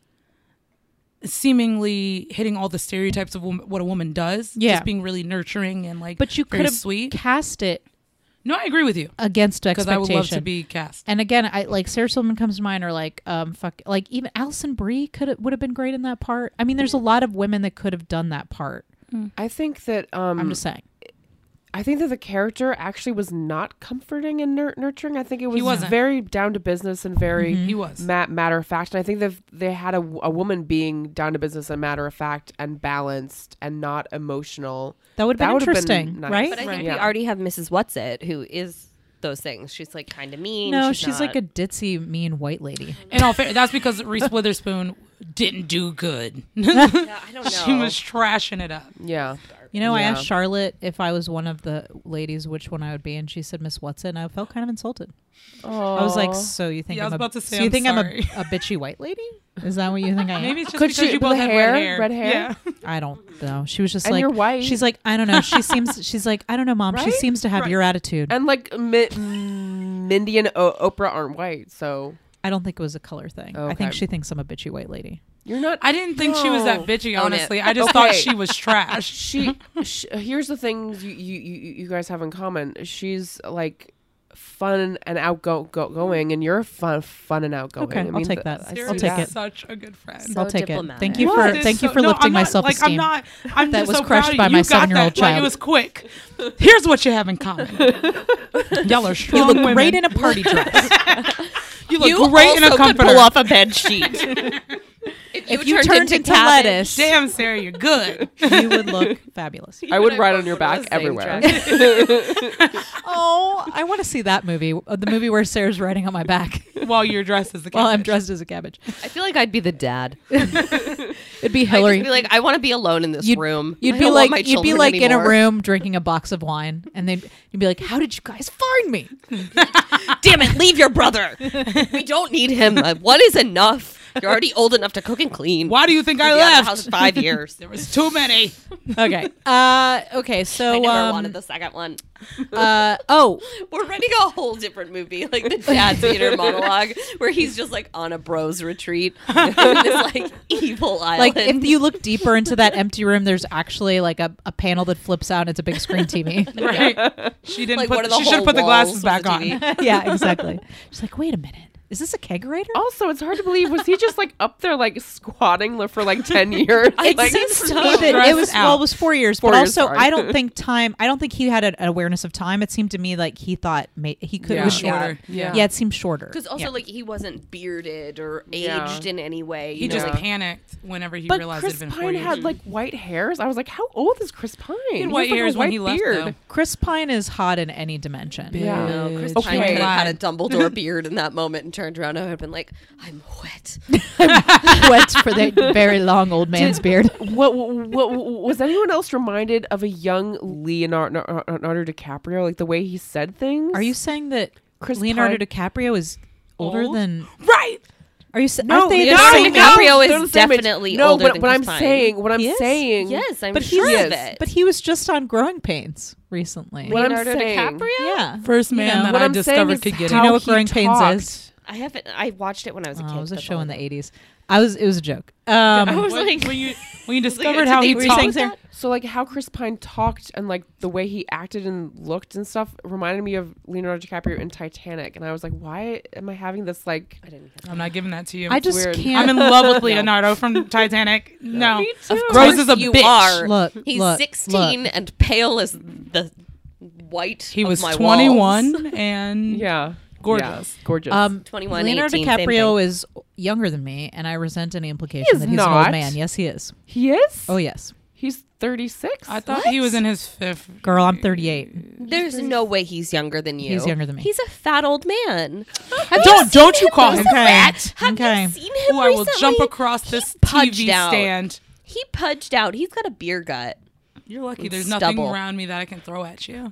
Speaker 3: seemingly hitting all the stereotypes of wom- what a woman does
Speaker 1: Yeah.
Speaker 3: just being really nurturing and like
Speaker 1: But you
Speaker 3: very
Speaker 1: could have
Speaker 3: sweet
Speaker 1: cast it
Speaker 3: No, I agree with you
Speaker 1: against
Speaker 3: because
Speaker 1: expectation.
Speaker 3: I would love to be cast.
Speaker 1: And again, I like Sarah Silverman comes to mind, or like um fuck, like even Alison Brie could would have been great in that part. I mean, there's a lot of women that could have done that part.
Speaker 7: I think that um,
Speaker 1: I'm just saying.
Speaker 7: I think that the character actually was not comforting and nur- nurturing. I think it was
Speaker 3: wasn't. Mm-hmm.
Speaker 7: very down to business and very
Speaker 3: He was.
Speaker 7: ma- matter of fact. And I think that they had a, w- a woman being down to business and matter of fact and balanced and not emotional.
Speaker 1: That would've been
Speaker 7: would've
Speaker 1: interesting, right?
Speaker 2: But I think
Speaker 7: Right.
Speaker 2: we
Speaker 7: Yeah.
Speaker 2: already have Mrs. What's It, who is those things. She's like kind of mean.
Speaker 1: No, she's, like
Speaker 2: not-
Speaker 1: a ditzy, mean white lady.
Speaker 3: In all fair, that's because Reese Witherspoon didn't do good.
Speaker 2: Yeah, I don't know.
Speaker 3: she was trashing it up.
Speaker 7: yeah.
Speaker 1: You know, I
Speaker 7: Yeah.
Speaker 1: asked Charlotte if I was one of the ladies which one I would be, and she said Miss Watson. I felt kind of insulted. I was like, "So you think
Speaker 3: Yeah, I
Speaker 1: I'm
Speaker 3: was
Speaker 1: a,
Speaker 3: about to say,
Speaker 1: so you
Speaker 3: I'm
Speaker 1: think
Speaker 3: sorry.
Speaker 1: I'm a, a bitchy white lady? Is that what you think I am?
Speaker 3: Maybe it's just
Speaker 7: Could
Speaker 3: because
Speaker 7: she-
Speaker 3: you both
Speaker 7: the
Speaker 3: had
Speaker 7: hair?
Speaker 3: red hair.
Speaker 7: Red hair?
Speaker 3: Yeah.
Speaker 1: I don't know. She was just
Speaker 7: And
Speaker 1: like
Speaker 7: you're white.
Speaker 1: She's like, I don't know. She seems. She's like, I don't know, mom. She
Speaker 7: Right?
Speaker 1: seems to have your attitude.
Speaker 7: And like Mi- Mindy and o- Oprah aren't white, so
Speaker 1: I don't think it was a color thing. I think
Speaker 7: Okay.
Speaker 1: she thinks I'm a bitchy white lady.
Speaker 7: you're not.
Speaker 3: I didn't think she was that
Speaker 7: No.
Speaker 3: bitchy,
Speaker 2: Own it.
Speaker 3: honestly. I just thought
Speaker 7: Okay.
Speaker 3: she was trash.
Speaker 7: she, sh here's the things you, you you you guys have in common. She's like fun and outgoing, and you're fun fun and outgoing.
Speaker 1: Okay,
Speaker 7: I
Speaker 1: I'll
Speaker 7: mean,
Speaker 1: take
Speaker 7: th-
Speaker 1: that.
Speaker 7: I
Speaker 1: I'll
Speaker 7: see
Speaker 3: Sarah is
Speaker 1: take it.
Speaker 3: Such a good friend.
Speaker 2: So
Speaker 1: I'll take it.
Speaker 2: diplomatic.
Speaker 1: Thank you
Speaker 3: What?
Speaker 1: for
Speaker 3: It's
Speaker 1: thank you
Speaker 3: so-
Speaker 1: for
Speaker 3: no,
Speaker 1: lifting
Speaker 3: I'm not-
Speaker 1: my self
Speaker 3: Like I'm
Speaker 1: esteem.
Speaker 3: not. I'm
Speaker 1: That
Speaker 3: just
Speaker 1: was
Speaker 3: so
Speaker 1: crushed
Speaker 3: proud
Speaker 1: by
Speaker 3: of you.
Speaker 1: my
Speaker 3: You got
Speaker 1: seven-year-old
Speaker 3: that. Like,
Speaker 1: child.
Speaker 3: it was quick. Here's what you have in common. Y'all are strong
Speaker 1: You look
Speaker 3: women.
Speaker 1: great in a party dress.
Speaker 3: you look great in a comforter.
Speaker 1: a bed sheet. if you
Speaker 2: turned
Speaker 1: turned
Speaker 2: into
Speaker 1: into lettuce,
Speaker 3: Damn, Sarah, you're good.
Speaker 1: you would look fabulous.
Speaker 7: I would ride on
Speaker 2: both
Speaker 7: your
Speaker 2: would wear
Speaker 7: back
Speaker 2: the same
Speaker 7: everywhere.
Speaker 1: Oh, I want to see that movie. uh, The movie where Sarah's riding on my back
Speaker 3: While you're dressed as the
Speaker 1: while I'm
Speaker 3: cabbage.
Speaker 1: dressed as a cabbage.
Speaker 2: I feel like I'd be the dad.
Speaker 1: It'd be
Speaker 2: I'd
Speaker 1: Hillary.
Speaker 2: just be like, I want to be alone in this
Speaker 1: you'd,
Speaker 2: room.
Speaker 1: You'd
Speaker 2: I
Speaker 1: be
Speaker 2: don't want
Speaker 1: like
Speaker 2: my
Speaker 1: you'd be
Speaker 2: children
Speaker 1: like in a
Speaker 2: anymore.
Speaker 1: room drinking a box of wine, and then you'd be like, "How did you guys find me?"
Speaker 2: Damn it, leave your brother. we don't need him. Uh, What is enough? You're already old enough to cook and clean.
Speaker 3: Why do you think I
Speaker 2: You'll be out of the house
Speaker 3: left?
Speaker 2: in five years.
Speaker 3: There was too many.
Speaker 1: Okay. Uh, okay. So
Speaker 2: I never
Speaker 1: um,
Speaker 2: wanted the second one.
Speaker 1: uh, oh,
Speaker 2: We're renting a whole different movie, like the Dad Theater monologue, where he's just like on a bros retreat in this like evil
Speaker 1: like
Speaker 2: island.
Speaker 1: if you look deeper into that empty room, there's actually like a, a panel that flips out. and It's a big screen TV.
Speaker 3: Right. She didn't
Speaker 2: Like,
Speaker 3: put
Speaker 2: one
Speaker 3: the,
Speaker 2: of the
Speaker 3: she should have
Speaker 2: whole
Speaker 3: put the
Speaker 2: walls
Speaker 3: glasses
Speaker 2: of
Speaker 3: back
Speaker 2: the
Speaker 3: on.
Speaker 2: TV.
Speaker 1: yeah, exactly. She's like, "Wait a minute, is this a kegerator?"
Speaker 7: Also, it's hard to believe. Was he just like up there, like squatting li- for like ten years?
Speaker 1: It
Speaker 7: like,
Speaker 1: seems to
Speaker 2: so
Speaker 1: me that it
Speaker 3: stressed
Speaker 1: was
Speaker 3: out.
Speaker 1: well, it was four years,
Speaker 7: Four
Speaker 1: but
Speaker 7: years,
Speaker 1: also
Speaker 7: sorry.
Speaker 1: I don't think time. I don't think he had an awareness of time. It seemed to me like he thought ma- he could
Speaker 7: Yeah.
Speaker 1: was
Speaker 3: Shorter.
Speaker 1: Yeah.
Speaker 7: Yeah.
Speaker 1: it seemed shorter.
Speaker 2: Because also,
Speaker 1: Yeah.
Speaker 2: like, he wasn't bearded or aged
Speaker 7: Yeah.
Speaker 2: in any way.
Speaker 3: He
Speaker 2: you know,
Speaker 3: just
Speaker 2: like,
Speaker 3: panicked whenever he
Speaker 7: but
Speaker 3: realized
Speaker 7: Chris
Speaker 3: it had been four
Speaker 7: Pine
Speaker 3: years.
Speaker 7: had like white hairs. I was like, how old is Chris Pine? He
Speaker 3: had
Speaker 7: has,
Speaker 3: white
Speaker 7: like, a
Speaker 3: hairs when
Speaker 7: white
Speaker 3: he left,
Speaker 7: beard.
Speaker 3: though.
Speaker 1: Chris Pine is hot in any dimension.
Speaker 7: Yeah.
Speaker 2: no, Chris
Speaker 7: Okay.
Speaker 2: Pine could have had a
Speaker 3: Lied.
Speaker 2: Dumbledore beard in that moment and turned around and would have been like, I'm wet.
Speaker 1: Wet for that very long old man's beard.
Speaker 7: What, what, what- was anyone else reminded of a young Leonardo, Leonardo DiCaprio? Like the way he said things.
Speaker 1: Are you saying that
Speaker 7: Chris
Speaker 1: Leonardo
Speaker 7: Pine-
Speaker 1: DiCaprio is older
Speaker 3: Old?
Speaker 1: than?
Speaker 3: right.
Speaker 1: Are you? s- aren't they the
Speaker 2: Leonardo
Speaker 1: same age?
Speaker 2: DiCaprio is
Speaker 7: they're the same age.
Speaker 2: definitely
Speaker 7: no,
Speaker 2: older
Speaker 7: but
Speaker 2: than
Speaker 7: what
Speaker 2: Chris
Speaker 7: I'm
Speaker 2: Pine.
Speaker 7: saying, what I'm
Speaker 1: He is?
Speaker 7: saying,
Speaker 2: Yes, I'm
Speaker 1: But
Speaker 2: sure
Speaker 1: he's
Speaker 2: of it.
Speaker 1: but he was just on Growing Pains recently.
Speaker 7: What I'm
Speaker 2: Leonardo
Speaker 7: saying-
Speaker 2: DiCaprio?
Speaker 1: yeah,
Speaker 3: First man
Speaker 1: know,
Speaker 3: that
Speaker 7: what
Speaker 3: I
Speaker 7: I'm saying
Speaker 3: discovered
Speaker 7: is
Speaker 3: could get
Speaker 1: Do you
Speaker 7: how
Speaker 1: know
Speaker 3: it.
Speaker 1: what
Speaker 7: he
Speaker 1: Growing
Speaker 7: talked.
Speaker 1: Pains is?
Speaker 2: I haven't. I watched it when I was a kid.
Speaker 1: Oh, it was a
Speaker 2: that's
Speaker 1: show
Speaker 2: all.
Speaker 1: in the '80s. I was. It was a joke. Um,
Speaker 2: I was
Speaker 3: When,
Speaker 2: like,
Speaker 3: when you when
Speaker 2: I
Speaker 3: you discovered
Speaker 2: did
Speaker 3: how
Speaker 2: they
Speaker 3: he
Speaker 2: really
Speaker 1: you saying, Sarah?
Speaker 3: talked,
Speaker 7: So like how Chris Pine talked and like the way he acted and looked and stuff reminded me of Leonardo DiCaprio in Titanic, and I was like, why am I having this like?
Speaker 2: I didn't
Speaker 3: I'm not giving that to you.
Speaker 1: I just
Speaker 7: weird.
Speaker 1: can't.
Speaker 3: I'm in love with Leonardo from Titanic. No,
Speaker 7: Me too.
Speaker 3: Rose is a
Speaker 2: you
Speaker 3: bitch.
Speaker 2: Are.
Speaker 1: Look,
Speaker 2: he's
Speaker 1: look,
Speaker 2: 16 and pale as the white.
Speaker 3: He
Speaker 2: of
Speaker 3: was
Speaker 2: my
Speaker 3: 21
Speaker 2: walls.
Speaker 3: and
Speaker 7: Yeah,
Speaker 3: Gorgeous.
Speaker 7: Yeah, gorgeous.
Speaker 1: Um,
Speaker 2: 21,
Speaker 1: Leonardo
Speaker 2: 18, same
Speaker 1: DiCaprio is younger than me, and I resent any implication
Speaker 7: He is
Speaker 1: that he's an
Speaker 7: not.
Speaker 1: old man. Yes, he is.
Speaker 7: he is.
Speaker 1: Oh yes,
Speaker 7: he's thirty six.
Speaker 3: I thought he was in his fifth.
Speaker 1: girl, I'm 38.
Speaker 2: There's no way he's younger than you.
Speaker 1: He's younger than me.
Speaker 2: He's a fat old man.
Speaker 3: Don't don't you call
Speaker 1: as
Speaker 3: him
Speaker 1: a rat?
Speaker 3: fat.
Speaker 2: Have
Speaker 1: Okay.
Speaker 2: you seen him
Speaker 3: Oh, I will
Speaker 2: recently?
Speaker 3: jump across this
Speaker 2: pudged
Speaker 3: TV
Speaker 2: out.
Speaker 3: stand.
Speaker 2: He pudged out. He's got a beer gut.
Speaker 3: You're lucky.
Speaker 2: With
Speaker 3: There's nothing
Speaker 2: stubble.
Speaker 3: around me that I can throw at you.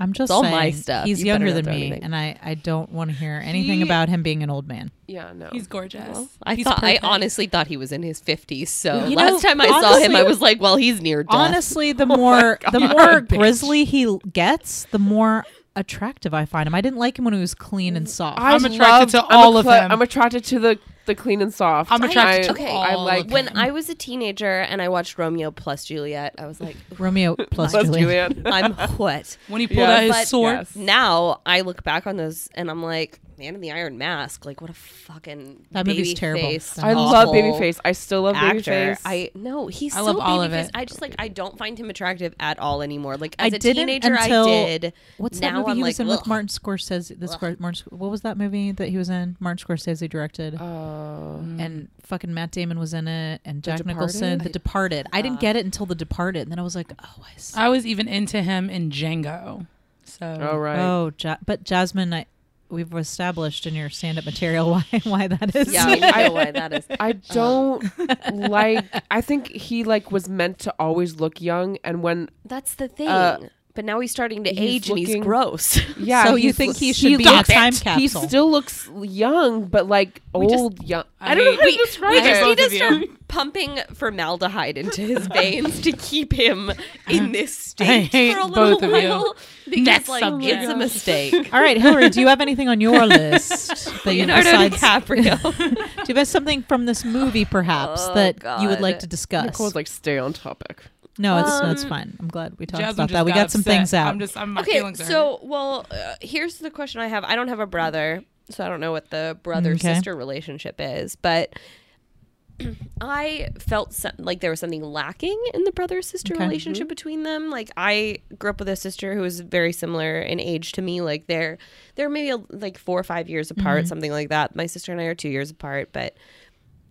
Speaker 1: I'm just
Speaker 2: It's all
Speaker 1: saying,
Speaker 2: my stuff.
Speaker 1: He's
Speaker 2: You better
Speaker 1: younger than
Speaker 2: not do
Speaker 1: me,
Speaker 2: anything.
Speaker 1: and I, I don't want to hear anything
Speaker 3: He-
Speaker 1: about him being an old man.
Speaker 7: yeah, no.
Speaker 3: He's gorgeous.
Speaker 2: I
Speaker 3: He's
Speaker 2: thought
Speaker 3: perfect.
Speaker 2: I honestly thought he was in his 50s. So
Speaker 1: You
Speaker 2: last
Speaker 1: know,
Speaker 2: time I saw him,
Speaker 1: honestly-
Speaker 2: I was like, well, he's near death.
Speaker 1: Honestly,
Speaker 2: Oh
Speaker 1: the more the more grizzly he l- gets, the more attractive I find him. I didn't like him when he was clean and soft.
Speaker 7: I
Speaker 3: I'm attracted to
Speaker 7: loved-
Speaker 3: all of
Speaker 7: I'm accla-
Speaker 3: him.
Speaker 7: I'm attracted to the the clean and soft.
Speaker 3: I'm attracted to
Speaker 7: okay.
Speaker 2: okay.
Speaker 3: all
Speaker 7: I like
Speaker 3: of
Speaker 2: When I was a teenager and I watched Romeo plus Juliet, I was like,
Speaker 1: Romeo plus,
Speaker 7: Plus
Speaker 1: Juliet.
Speaker 7: Juliet.
Speaker 2: I'm what?
Speaker 3: when he pulled
Speaker 7: Yeah.
Speaker 3: out his
Speaker 2: But-
Speaker 3: sword.
Speaker 7: Yes.
Speaker 2: Now I look back on those and I'm like, Man in the Iron Mask, like what a fucking
Speaker 1: That movie's
Speaker 2: babyface
Speaker 1: terrible.
Speaker 7: I
Speaker 1: Awful
Speaker 7: love Babyface. I still love
Speaker 2: Actor,
Speaker 7: Babyface.
Speaker 2: I no, he's
Speaker 3: I
Speaker 2: so
Speaker 3: love all of
Speaker 2: babyface.
Speaker 3: it.
Speaker 2: I just like I don't find him attractive at all anymore. Like
Speaker 1: I
Speaker 2: as a
Speaker 1: didn't
Speaker 2: teenager,
Speaker 1: until-
Speaker 2: I did.
Speaker 1: What's
Speaker 2: now
Speaker 1: that movie
Speaker 2: I'm
Speaker 1: he
Speaker 2: like,
Speaker 1: was in
Speaker 2: "Ugh."
Speaker 1: with Martin Scorsese? The Scor- Martin, Sc- what was that movie that he was in? Martin Scorsese directed,
Speaker 2: Um,
Speaker 7: Uh,
Speaker 1: and fucking Matt Damon was in it, and Jack
Speaker 7: Departed?
Speaker 1: Nicholson. The Departed. I
Speaker 2: Uh.
Speaker 1: didn't get it until The Departed, and then I was like, oh, I see.
Speaker 3: I was even into him in Django. So
Speaker 7: all right.
Speaker 1: Oh, ja- but Jasmine, I, we've established in your stand-up material why why that is.
Speaker 2: Yeah, I know why that is.
Speaker 7: I don't like. I think he like was meant to always look young, and when
Speaker 2: That's the thing.
Speaker 7: Uh,
Speaker 2: but now he's starting to
Speaker 7: he's
Speaker 2: age and he's
Speaker 7: looking-
Speaker 2: gross.
Speaker 7: yeah,
Speaker 1: so you
Speaker 7: he's-
Speaker 1: think he should be in a
Speaker 7: looks-
Speaker 1: time
Speaker 7: He
Speaker 1: capsule?
Speaker 7: still looks young, but like
Speaker 2: just-
Speaker 7: old young.
Speaker 3: I don't know how to describe
Speaker 2: We
Speaker 3: I hate
Speaker 2: just need
Speaker 3: both
Speaker 2: to
Speaker 3: of you.
Speaker 2: start pumping formaldehyde into his veins to keep him in this
Speaker 3: I
Speaker 2: state
Speaker 3: hate
Speaker 2: for a little
Speaker 3: both of you.
Speaker 2: while. Because
Speaker 3: Next
Speaker 2: like
Speaker 3: subject.
Speaker 2: it's a mistake.
Speaker 1: All right, Hillary, do you have anything on your list that you
Speaker 2: Leonardo
Speaker 1: besides?
Speaker 2: DiCaprio.
Speaker 1: Do you have something from this movie, perhaps,
Speaker 2: Oh,
Speaker 1: that you would
Speaker 2: God. Um,
Speaker 1: like to discuss?
Speaker 7: Nicole's like stay on topic.
Speaker 1: no, it's no, it's fine. I'm glad we talked
Speaker 3: Jasmine
Speaker 1: about
Speaker 3: just
Speaker 1: that. We got some
Speaker 3: upset.
Speaker 1: things out.
Speaker 3: I'm just I'm my
Speaker 2: okay,
Speaker 3: feelings are hurt.
Speaker 2: so well, uh, here's the question I have. I don't have a brother, so I don't know what the brother
Speaker 1: Mm,
Speaker 2: sister relationship is, but I felt some, like there was something lacking in the brother sister
Speaker 1: Okay. Mm-hmm.
Speaker 2: relationship between them. Like I grew up with a sister who was very similar in age to me. Like they're they're maybe uh, like four or five years apart,
Speaker 1: Mm-hmm.
Speaker 2: something like that. My sister and I are two years apart, but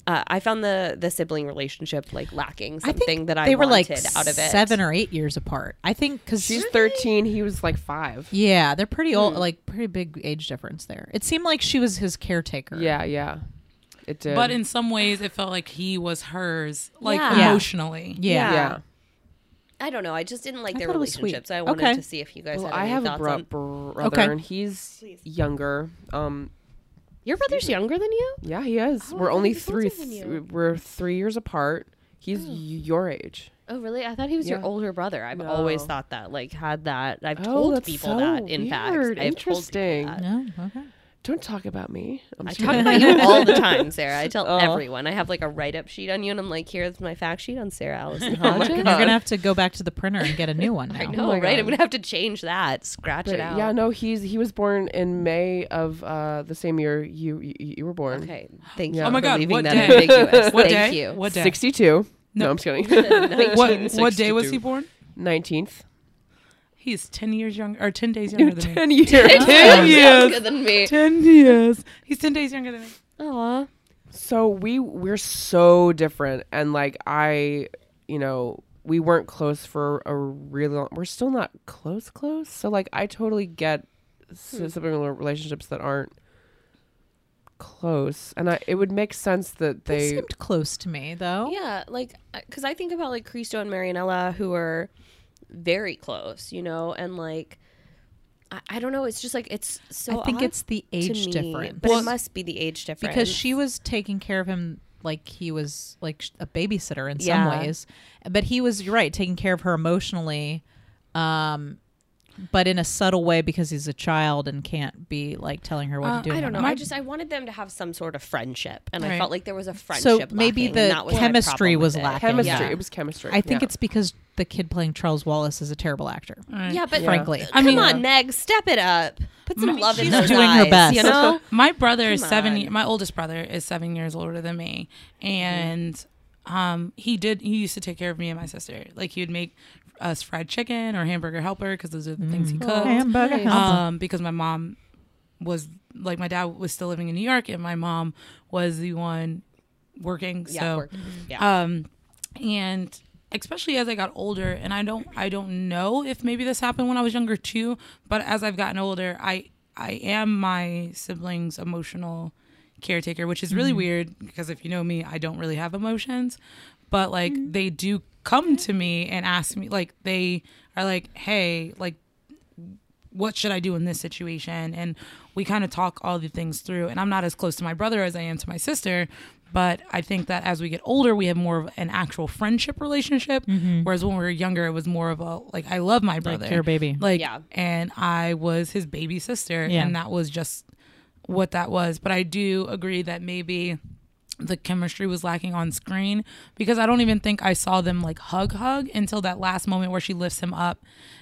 Speaker 2: uh, I found the the sibling relationship like lacking
Speaker 1: I
Speaker 2: something
Speaker 1: think
Speaker 2: that I
Speaker 1: they were like
Speaker 2: wanted out of it.
Speaker 1: seven or eight years apart. I think because
Speaker 7: She's thirteen. He was like five.
Speaker 1: yeah, they're pretty old,
Speaker 2: Hmm.
Speaker 1: like pretty big age difference there. It seemed like she was his caretaker.
Speaker 7: Yeah, yeah. It did.
Speaker 3: but in some ways it felt like he was hers, like
Speaker 2: Yeah.
Speaker 1: Yeah.
Speaker 3: emotionally.
Speaker 1: yeah.
Speaker 7: yeah.
Speaker 2: I don't know. I just didn't like
Speaker 1: I
Speaker 2: their
Speaker 1: thought it was sweet.
Speaker 2: relationship, so I wanted
Speaker 1: Okay.
Speaker 2: to see if you guys
Speaker 7: Well,
Speaker 2: had
Speaker 7: I
Speaker 2: any
Speaker 7: have a
Speaker 2: thoughts
Speaker 7: bro-
Speaker 2: on.
Speaker 7: brother,
Speaker 1: Okay.
Speaker 7: and he's younger. Um,
Speaker 2: Your brother's younger than you.
Speaker 7: yeah, he is. we're only three. th- we're three years apart. He's y- your age.
Speaker 2: Oh, really? I thought he was your
Speaker 7: Yeah.
Speaker 2: older brother. I've always
Speaker 7: No.
Speaker 2: thought that. Like, had that. I've
Speaker 7: Oh,
Speaker 2: told
Speaker 7: that's
Speaker 2: people
Speaker 7: so
Speaker 2: that. In fact,
Speaker 7: weird.
Speaker 2: I've told people
Speaker 7: Interesting.
Speaker 2: that.
Speaker 1: No, okay.
Speaker 7: Don't talk about me. I'm
Speaker 2: I
Speaker 7: sorry.
Speaker 2: talk about you all the time, Sarah. I tell everyone. I have like a write-up sheet on you, and I'm like, "Here's my fact sheet on Sarah Allison Hodge."
Speaker 1: You're gonna have to go back to the printer and get a new one now.
Speaker 2: I know, right? I'm gonna have to change that. Scratch
Speaker 7: But
Speaker 2: it out.
Speaker 7: yeah, no, he's he was born in May of uh, the same year you you, you were born.
Speaker 2: Okay. Thank you.
Speaker 7: Yeah.
Speaker 2: Oh my god. Leaving
Speaker 3: what
Speaker 2: that
Speaker 3: day?
Speaker 2: ambiguous.
Speaker 3: What
Speaker 2: Thank
Speaker 3: day?
Speaker 2: you.
Speaker 3: What day?
Speaker 7: Sixty-two. No, I'm just kidding.
Speaker 3: what what day was he born?
Speaker 7: Nineteenth.
Speaker 3: He's ten years younger or ten days younger than me.
Speaker 7: Ten years. Ten
Speaker 2: Younger than me.
Speaker 3: Ten years. He's ten days younger than me.
Speaker 2: Aw.
Speaker 7: So we we're so different, and like I, you know, we weren't close for a really long. We're still not close, close. So like I totally get
Speaker 2: Hmm.
Speaker 7: si- similar relationships that aren't close, and I it would make sense
Speaker 1: That
Speaker 7: that they
Speaker 1: seemed close to me though.
Speaker 2: Yeah, like because I think about like Cristo and Marianella, who are very close, you know, and like I, I don't know, it's just like it's so.
Speaker 1: I think
Speaker 2: odd
Speaker 1: it's the
Speaker 2: to
Speaker 1: age
Speaker 2: me,
Speaker 1: difference.
Speaker 2: but it must be the age difference
Speaker 1: because she was taking care of him like he was like sh- a babysitter in some
Speaker 2: Yeah.
Speaker 1: ways but he was you're right taking care of her emotionally um but in a subtle way because he's a child and can't be like telling her what
Speaker 3: Uh,
Speaker 1: to do
Speaker 2: I
Speaker 1: and
Speaker 2: don't know.
Speaker 1: whatnot.
Speaker 2: I just I wanted them to have some sort of friendship, and
Speaker 3: Right.
Speaker 2: I felt like there was a
Speaker 1: so
Speaker 2: friendship.
Speaker 1: maybe
Speaker 2: lacking, and
Speaker 1: the
Speaker 2: that was my
Speaker 1: chemistry
Speaker 2: problem
Speaker 1: was
Speaker 2: with it.
Speaker 1: lacking
Speaker 7: chemistry.
Speaker 2: Yeah.
Speaker 7: It was chemistry.
Speaker 1: i think
Speaker 7: yeah.
Speaker 1: it's because the kid playing charles wallace is a terrible actor
Speaker 2: Yeah, but
Speaker 1: frankly Mm,
Speaker 2: come
Speaker 3: mean-
Speaker 2: on, Meg, step it up. Put some love in
Speaker 1: she's
Speaker 2: those
Speaker 1: doing her
Speaker 2: eyes,
Speaker 1: best.
Speaker 2: You know,
Speaker 3: My brother is seven.
Speaker 2: on.
Speaker 3: ye- My oldest brother is seven years older than me, and um, he did. He used to take care of me and my sister. Like he would make us fried chicken or hamburger helper because those are the things he
Speaker 2: Oh,
Speaker 3: cooked.
Speaker 1: Hamburger helper.
Speaker 3: Um, because my mom was like my dad was still living in New York, and my mom was the one working.
Speaker 2: yeah,
Speaker 3: so
Speaker 2: we're- yeah.
Speaker 1: uh,
Speaker 3: um and especially as i got older and i don't i don't know if maybe this happened when i was younger too but as i've gotten older i i am my siblings emotional caretaker which is really weird because if you know me i don't really have emotions but like they do come to me and ask me like they are like hey like what should I do in this situation? And we kind of talk all the things through. And I'm not as close to my brother as I am to my sister, but I think that as we get older, we have more of an actual friendship relationship.
Speaker 1: Mm-hmm.
Speaker 3: Whereas when we were younger, it was more of a like I love my brother,
Speaker 1: your baby.
Speaker 3: like
Speaker 2: Yeah.
Speaker 3: and I was his baby sister,
Speaker 1: Yeah.
Speaker 3: and that was just what that was. But I do agree that maybe the chemistry was lacking on screen because I don't even think I saw them like hug hug until that last moment where she lifts him up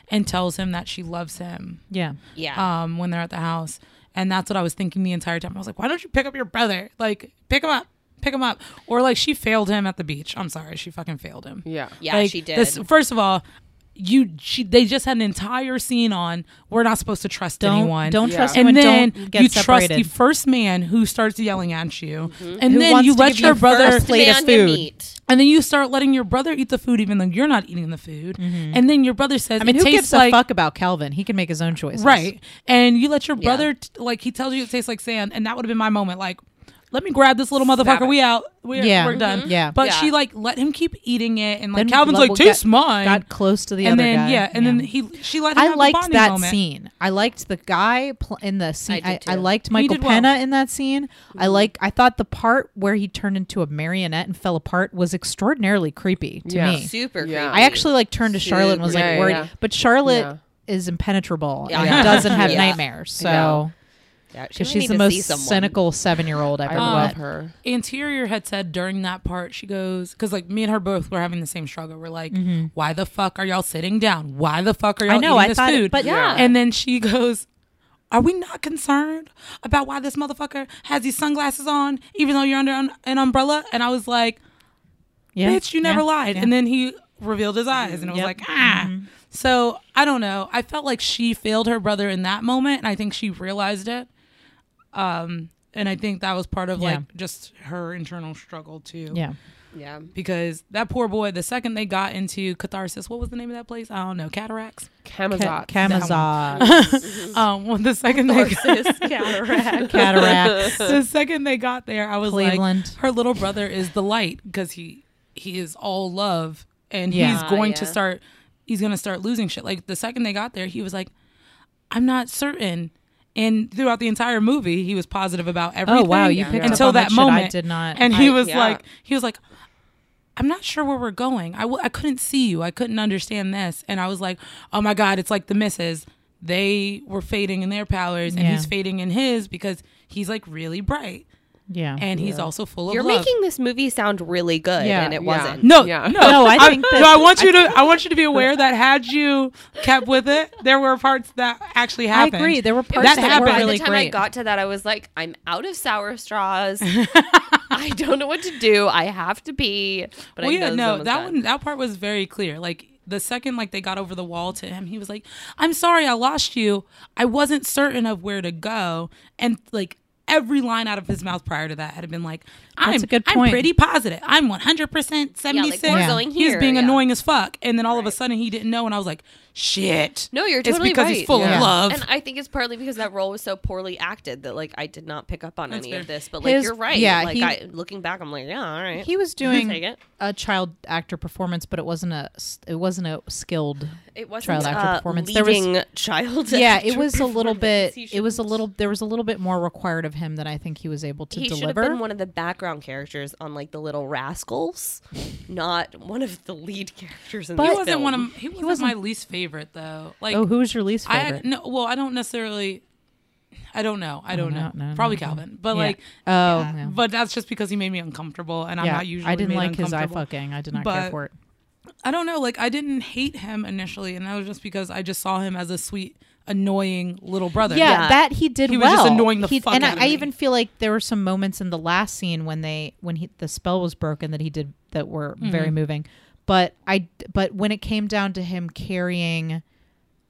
Speaker 3: and tells him that she loves him
Speaker 1: Yeah. uh,
Speaker 2: Yeah.
Speaker 3: um, when they're at the house. And that's what I was thinking the entire time. I was like, why don't you pick up your brother? Like, pick him up, pick him up. Or like, she failed him at the beach. I'm sorry, she fucking failed him.
Speaker 7: Yeah.
Speaker 2: yeah,
Speaker 3: Like,
Speaker 2: she did.
Speaker 3: this- first of all, you she they just had an entire scene on we're not supposed to trust
Speaker 1: Don't
Speaker 3: anyone.
Speaker 1: don't
Speaker 7: Yeah.
Speaker 1: trust
Speaker 3: and
Speaker 1: anyone.
Speaker 3: then
Speaker 1: don't get
Speaker 3: you
Speaker 1: separated.
Speaker 3: trust the first man who starts yelling at you, and
Speaker 1: Who
Speaker 3: then
Speaker 1: wants
Speaker 3: you
Speaker 1: to
Speaker 3: let
Speaker 1: give
Speaker 3: your
Speaker 1: you
Speaker 3: brother
Speaker 1: first plate of
Speaker 2: Man, you
Speaker 1: food.
Speaker 2: meet.
Speaker 3: and then you start letting your brother eat the food even though you're not eating the food. And then your brother says,
Speaker 1: Mm-hmm. I mean,
Speaker 3: it
Speaker 1: who
Speaker 3: tastes
Speaker 1: gives
Speaker 3: like
Speaker 1: a fuck about Calvin? He can make his own choices.
Speaker 3: Right. And you let your brother, t- like, he tells you it tastes like sand. And that would have been my moment. Like, let me grab this little motherfucker.
Speaker 7: it.
Speaker 3: We out. We're,
Speaker 1: Yeah.
Speaker 3: we're done.
Speaker 1: Mhm. Yeah.
Speaker 3: But
Speaker 2: Yeah.
Speaker 3: she, like, let him keep eating it. And, like,
Speaker 1: Then
Speaker 3: Calvin's
Speaker 1: Lovell
Speaker 3: like, tastes
Speaker 1: got-
Speaker 3: mine.
Speaker 1: Got close to the
Speaker 3: and
Speaker 1: other
Speaker 3: then,
Speaker 1: guy.
Speaker 3: yeah. And then he, she let him
Speaker 1: I
Speaker 3: have the
Speaker 1: liked
Speaker 3: bonding
Speaker 1: that
Speaker 3: moment.
Speaker 1: scene. I liked the guy pl- in the scene.
Speaker 2: did
Speaker 1: I, I
Speaker 2: too.
Speaker 1: liked Michael
Speaker 3: did well. Mhm.
Speaker 1: Pena in that scene. I like. I thought the part where he turned into a marionette and fell apart was extraordinarily creepy to
Speaker 7: Yeah.
Speaker 1: me.
Speaker 2: Super
Speaker 7: Yeah.
Speaker 2: creepy.
Speaker 1: I actually like turned to Charlotte and was like
Speaker 7: Yeah,
Speaker 1: worried,
Speaker 7: yeah.
Speaker 1: but Charlotte
Speaker 7: Yeah.
Speaker 1: is impenetrable and
Speaker 2: Yeah.
Speaker 1: doesn't have
Speaker 2: Yeah.
Speaker 1: nightmares. So
Speaker 7: Yeah.
Speaker 1: because
Speaker 2: might
Speaker 1: she's the
Speaker 2: need to see
Speaker 1: most
Speaker 2: someone.
Speaker 1: cynical seven-year-old I've
Speaker 7: I
Speaker 1: ever
Speaker 7: love
Speaker 1: met.
Speaker 7: her.
Speaker 3: Interior had said during that part, she goes, because like me and her both were having the same struggle. We're like, why the fuck are y'all sitting down? Why the fuck are y'all
Speaker 1: Mm-hmm. I know.
Speaker 3: eating
Speaker 1: I
Speaker 3: this
Speaker 1: thought,
Speaker 3: food?
Speaker 1: but
Speaker 7: Yeah.
Speaker 3: And then she goes, Are we not concerned about why this motherfucker has these sunglasses on, even though you're under un- an umbrella? And I was like,
Speaker 1: yeah,
Speaker 3: Bitch, you never
Speaker 1: yeah,
Speaker 3: lied.
Speaker 1: yeah.
Speaker 3: And then he revealed his eyes, and it was
Speaker 1: Yep. Mm-hmm.
Speaker 3: like, Ah. So I don't know. I felt like she failed her brother in that moment, and I think she realized it. Um, and I think that was part of
Speaker 1: Yeah.
Speaker 3: like just her internal struggle too.
Speaker 1: yeah.
Speaker 2: Yeah.
Speaker 3: Because that poor boy, the second they got into catharsis, what was the name of that place? I don't know. Cataracts.
Speaker 7: Kamazot.
Speaker 1: Kamazot,
Speaker 3: Um, well, the second they got,
Speaker 1: cataracts.
Speaker 3: the second they got there, I was
Speaker 1: Cleveland.
Speaker 3: like, her little brother is the light because he he is all love, and he's
Speaker 1: Yeah.
Speaker 3: going to
Speaker 2: Yeah.
Speaker 3: start he's going to start losing shit. Like the second they got there, he was like, I'm not certain. And throughout the entire movie, he was positive about everything.
Speaker 1: Oh, wow, you picked up
Speaker 3: until
Speaker 1: on
Speaker 3: that
Speaker 1: that shit I
Speaker 3: moment.
Speaker 1: did not-
Speaker 3: And
Speaker 1: I-
Speaker 3: he was
Speaker 2: yeah.
Speaker 3: like, he was like, I'm not sure where we're going. I w- I couldn't see you. I couldn't understand this. And I was like, oh my God, it's like the misses. They were fading in their powers and
Speaker 1: Yeah.
Speaker 3: he's fading in his because he's like really bright
Speaker 1: Yeah.
Speaker 3: and he's also full of
Speaker 2: You're
Speaker 3: love.
Speaker 2: making this movie sound really good,
Speaker 1: Yeah.
Speaker 2: and it
Speaker 7: Yeah.
Speaker 2: wasn't.
Speaker 3: no,
Speaker 7: Yeah.
Speaker 3: no,
Speaker 1: no, I think that
Speaker 3: no, I want you to. I want you to be aware that had you kept with it, there were parts that actually
Speaker 1: I
Speaker 3: happened.
Speaker 1: agree. There were parts
Speaker 3: That
Speaker 1: that, were
Speaker 3: happened.
Speaker 2: By
Speaker 1: really
Speaker 2: the time
Speaker 1: great.
Speaker 2: I got to that, I was like, I'm out of sour straws. I don't know what to do. I have to pee. But
Speaker 3: well,
Speaker 2: I
Speaker 3: yeah,
Speaker 2: know
Speaker 3: no,
Speaker 2: someone's
Speaker 3: that
Speaker 2: done.
Speaker 3: one, that part was very clear. Like the second, like they got over the wall to him, he was like, "I'm sorry, I lost you. I wasn't certain of where to go." And like every line out of his mouth prior to that had been like, "I'm
Speaker 1: a good point.
Speaker 3: I'm pretty positive. I'm 100 percent 76.
Speaker 2: we're
Speaker 1: Yeah.
Speaker 2: going
Speaker 3: He's
Speaker 2: here,
Speaker 3: being
Speaker 2: yeah.
Speaker 3: annoying as fuck." And then all of a sudden, he didn't know, and I was like, "Shit."
Speaker 2: No, you're totally
Speaker 3: It's because
Speaker 2: right.
Speaker 3: he's full
Speaker 1: Yeah.
Speaker 3: of love.
Speaker 2: And I think it's partly because that role was so poorly acted that like I did not pick up on any of
Speaker 3: fair.
Speaker 2: this. But like
Speaker 1: His-
Speaker 2: you're right.
Speaker 1: yeah,
Speaker 2: Like
Speaker 1: he-
Speaker 2: I, looking back, I'm like, yeah, all right.
Speaker 1: he was
Speaker 2: Take
Speaker 1: doing
Speaker 2: it.
Speaker 1: a child actor performance, but it wasn't a it wasn't a skilled.
Speaker 2: it wasn't
Speaker 1: child actor
Speaker 2: uh,
Speaker 1: performance. There was-
Speaker 2: Leading child.
Speaker 1: Yeah,
Speaker 2: actor
Speaker 1: it was a little
Speaker 2: performance.
Speaker 1: bit.
Speaker 2: He
Speaker 1: It was a
Speaker 2: shouldn't-
Speaker 1: little. There was a little bit more required of him than I think he was able to
Speaker 2: He should have
Speaker 1: deliver.
Speaker 2: been one of the background characters on like the Little Rascals, not one of the lead characters in
Speaker 1: But-
Speaker 2: this
Speaker 3: he wasn't
Speaker 2: film.
Speaker 3: one of he wasn't, my least favorite though. Like
Speaker 1: oh, who was your least
Speaker 3: I
Speaker 1: favorite?
Speaker 3: had, no, well, I don't necessarily. I don't know. I don't know.
Speaker 1: no, no, no,
Speaker 3: Probably
Speaker 1: no.
Speaker 3: Calvin, but
Speaker 1: Yeah.
Speaker 3: like,
Speaker 1: oh, yeah.
Speaker 3: but that's just because he made me uncomfortable, and I'm
Speaker 1: Yeah,
Speaker 3: not usually.
Speaker 1: I didn't
Speaker 3: made
Speaker 1: like his eye
Speaker 3: uncomfortable.
Speaker 1: fucking. I did not care
Speaker 3: but-
Speaker 1: for it.
Speaker 3: I don't know. Like, I didn't hate him initially, and that was just because I just saw him as a sweet, annoying little brother.
Speaker 1: Yeah, that he did.
Speaker 3: He was just
Speaker 1: well.
Speaker 3: annoying the
Speaker 1: He-
Speaker 3: fuck
Speaker 1: And
Speaker 3: out of
Speaker 1: I, I
Speaker 3: me.
Speaker 1: even feel like there were some moments in the last scene when they when he the spell was broken that he did that were
Speaker 3: Mm-hmm.
Speaker 1: very moving. But I but when it came down to him carrying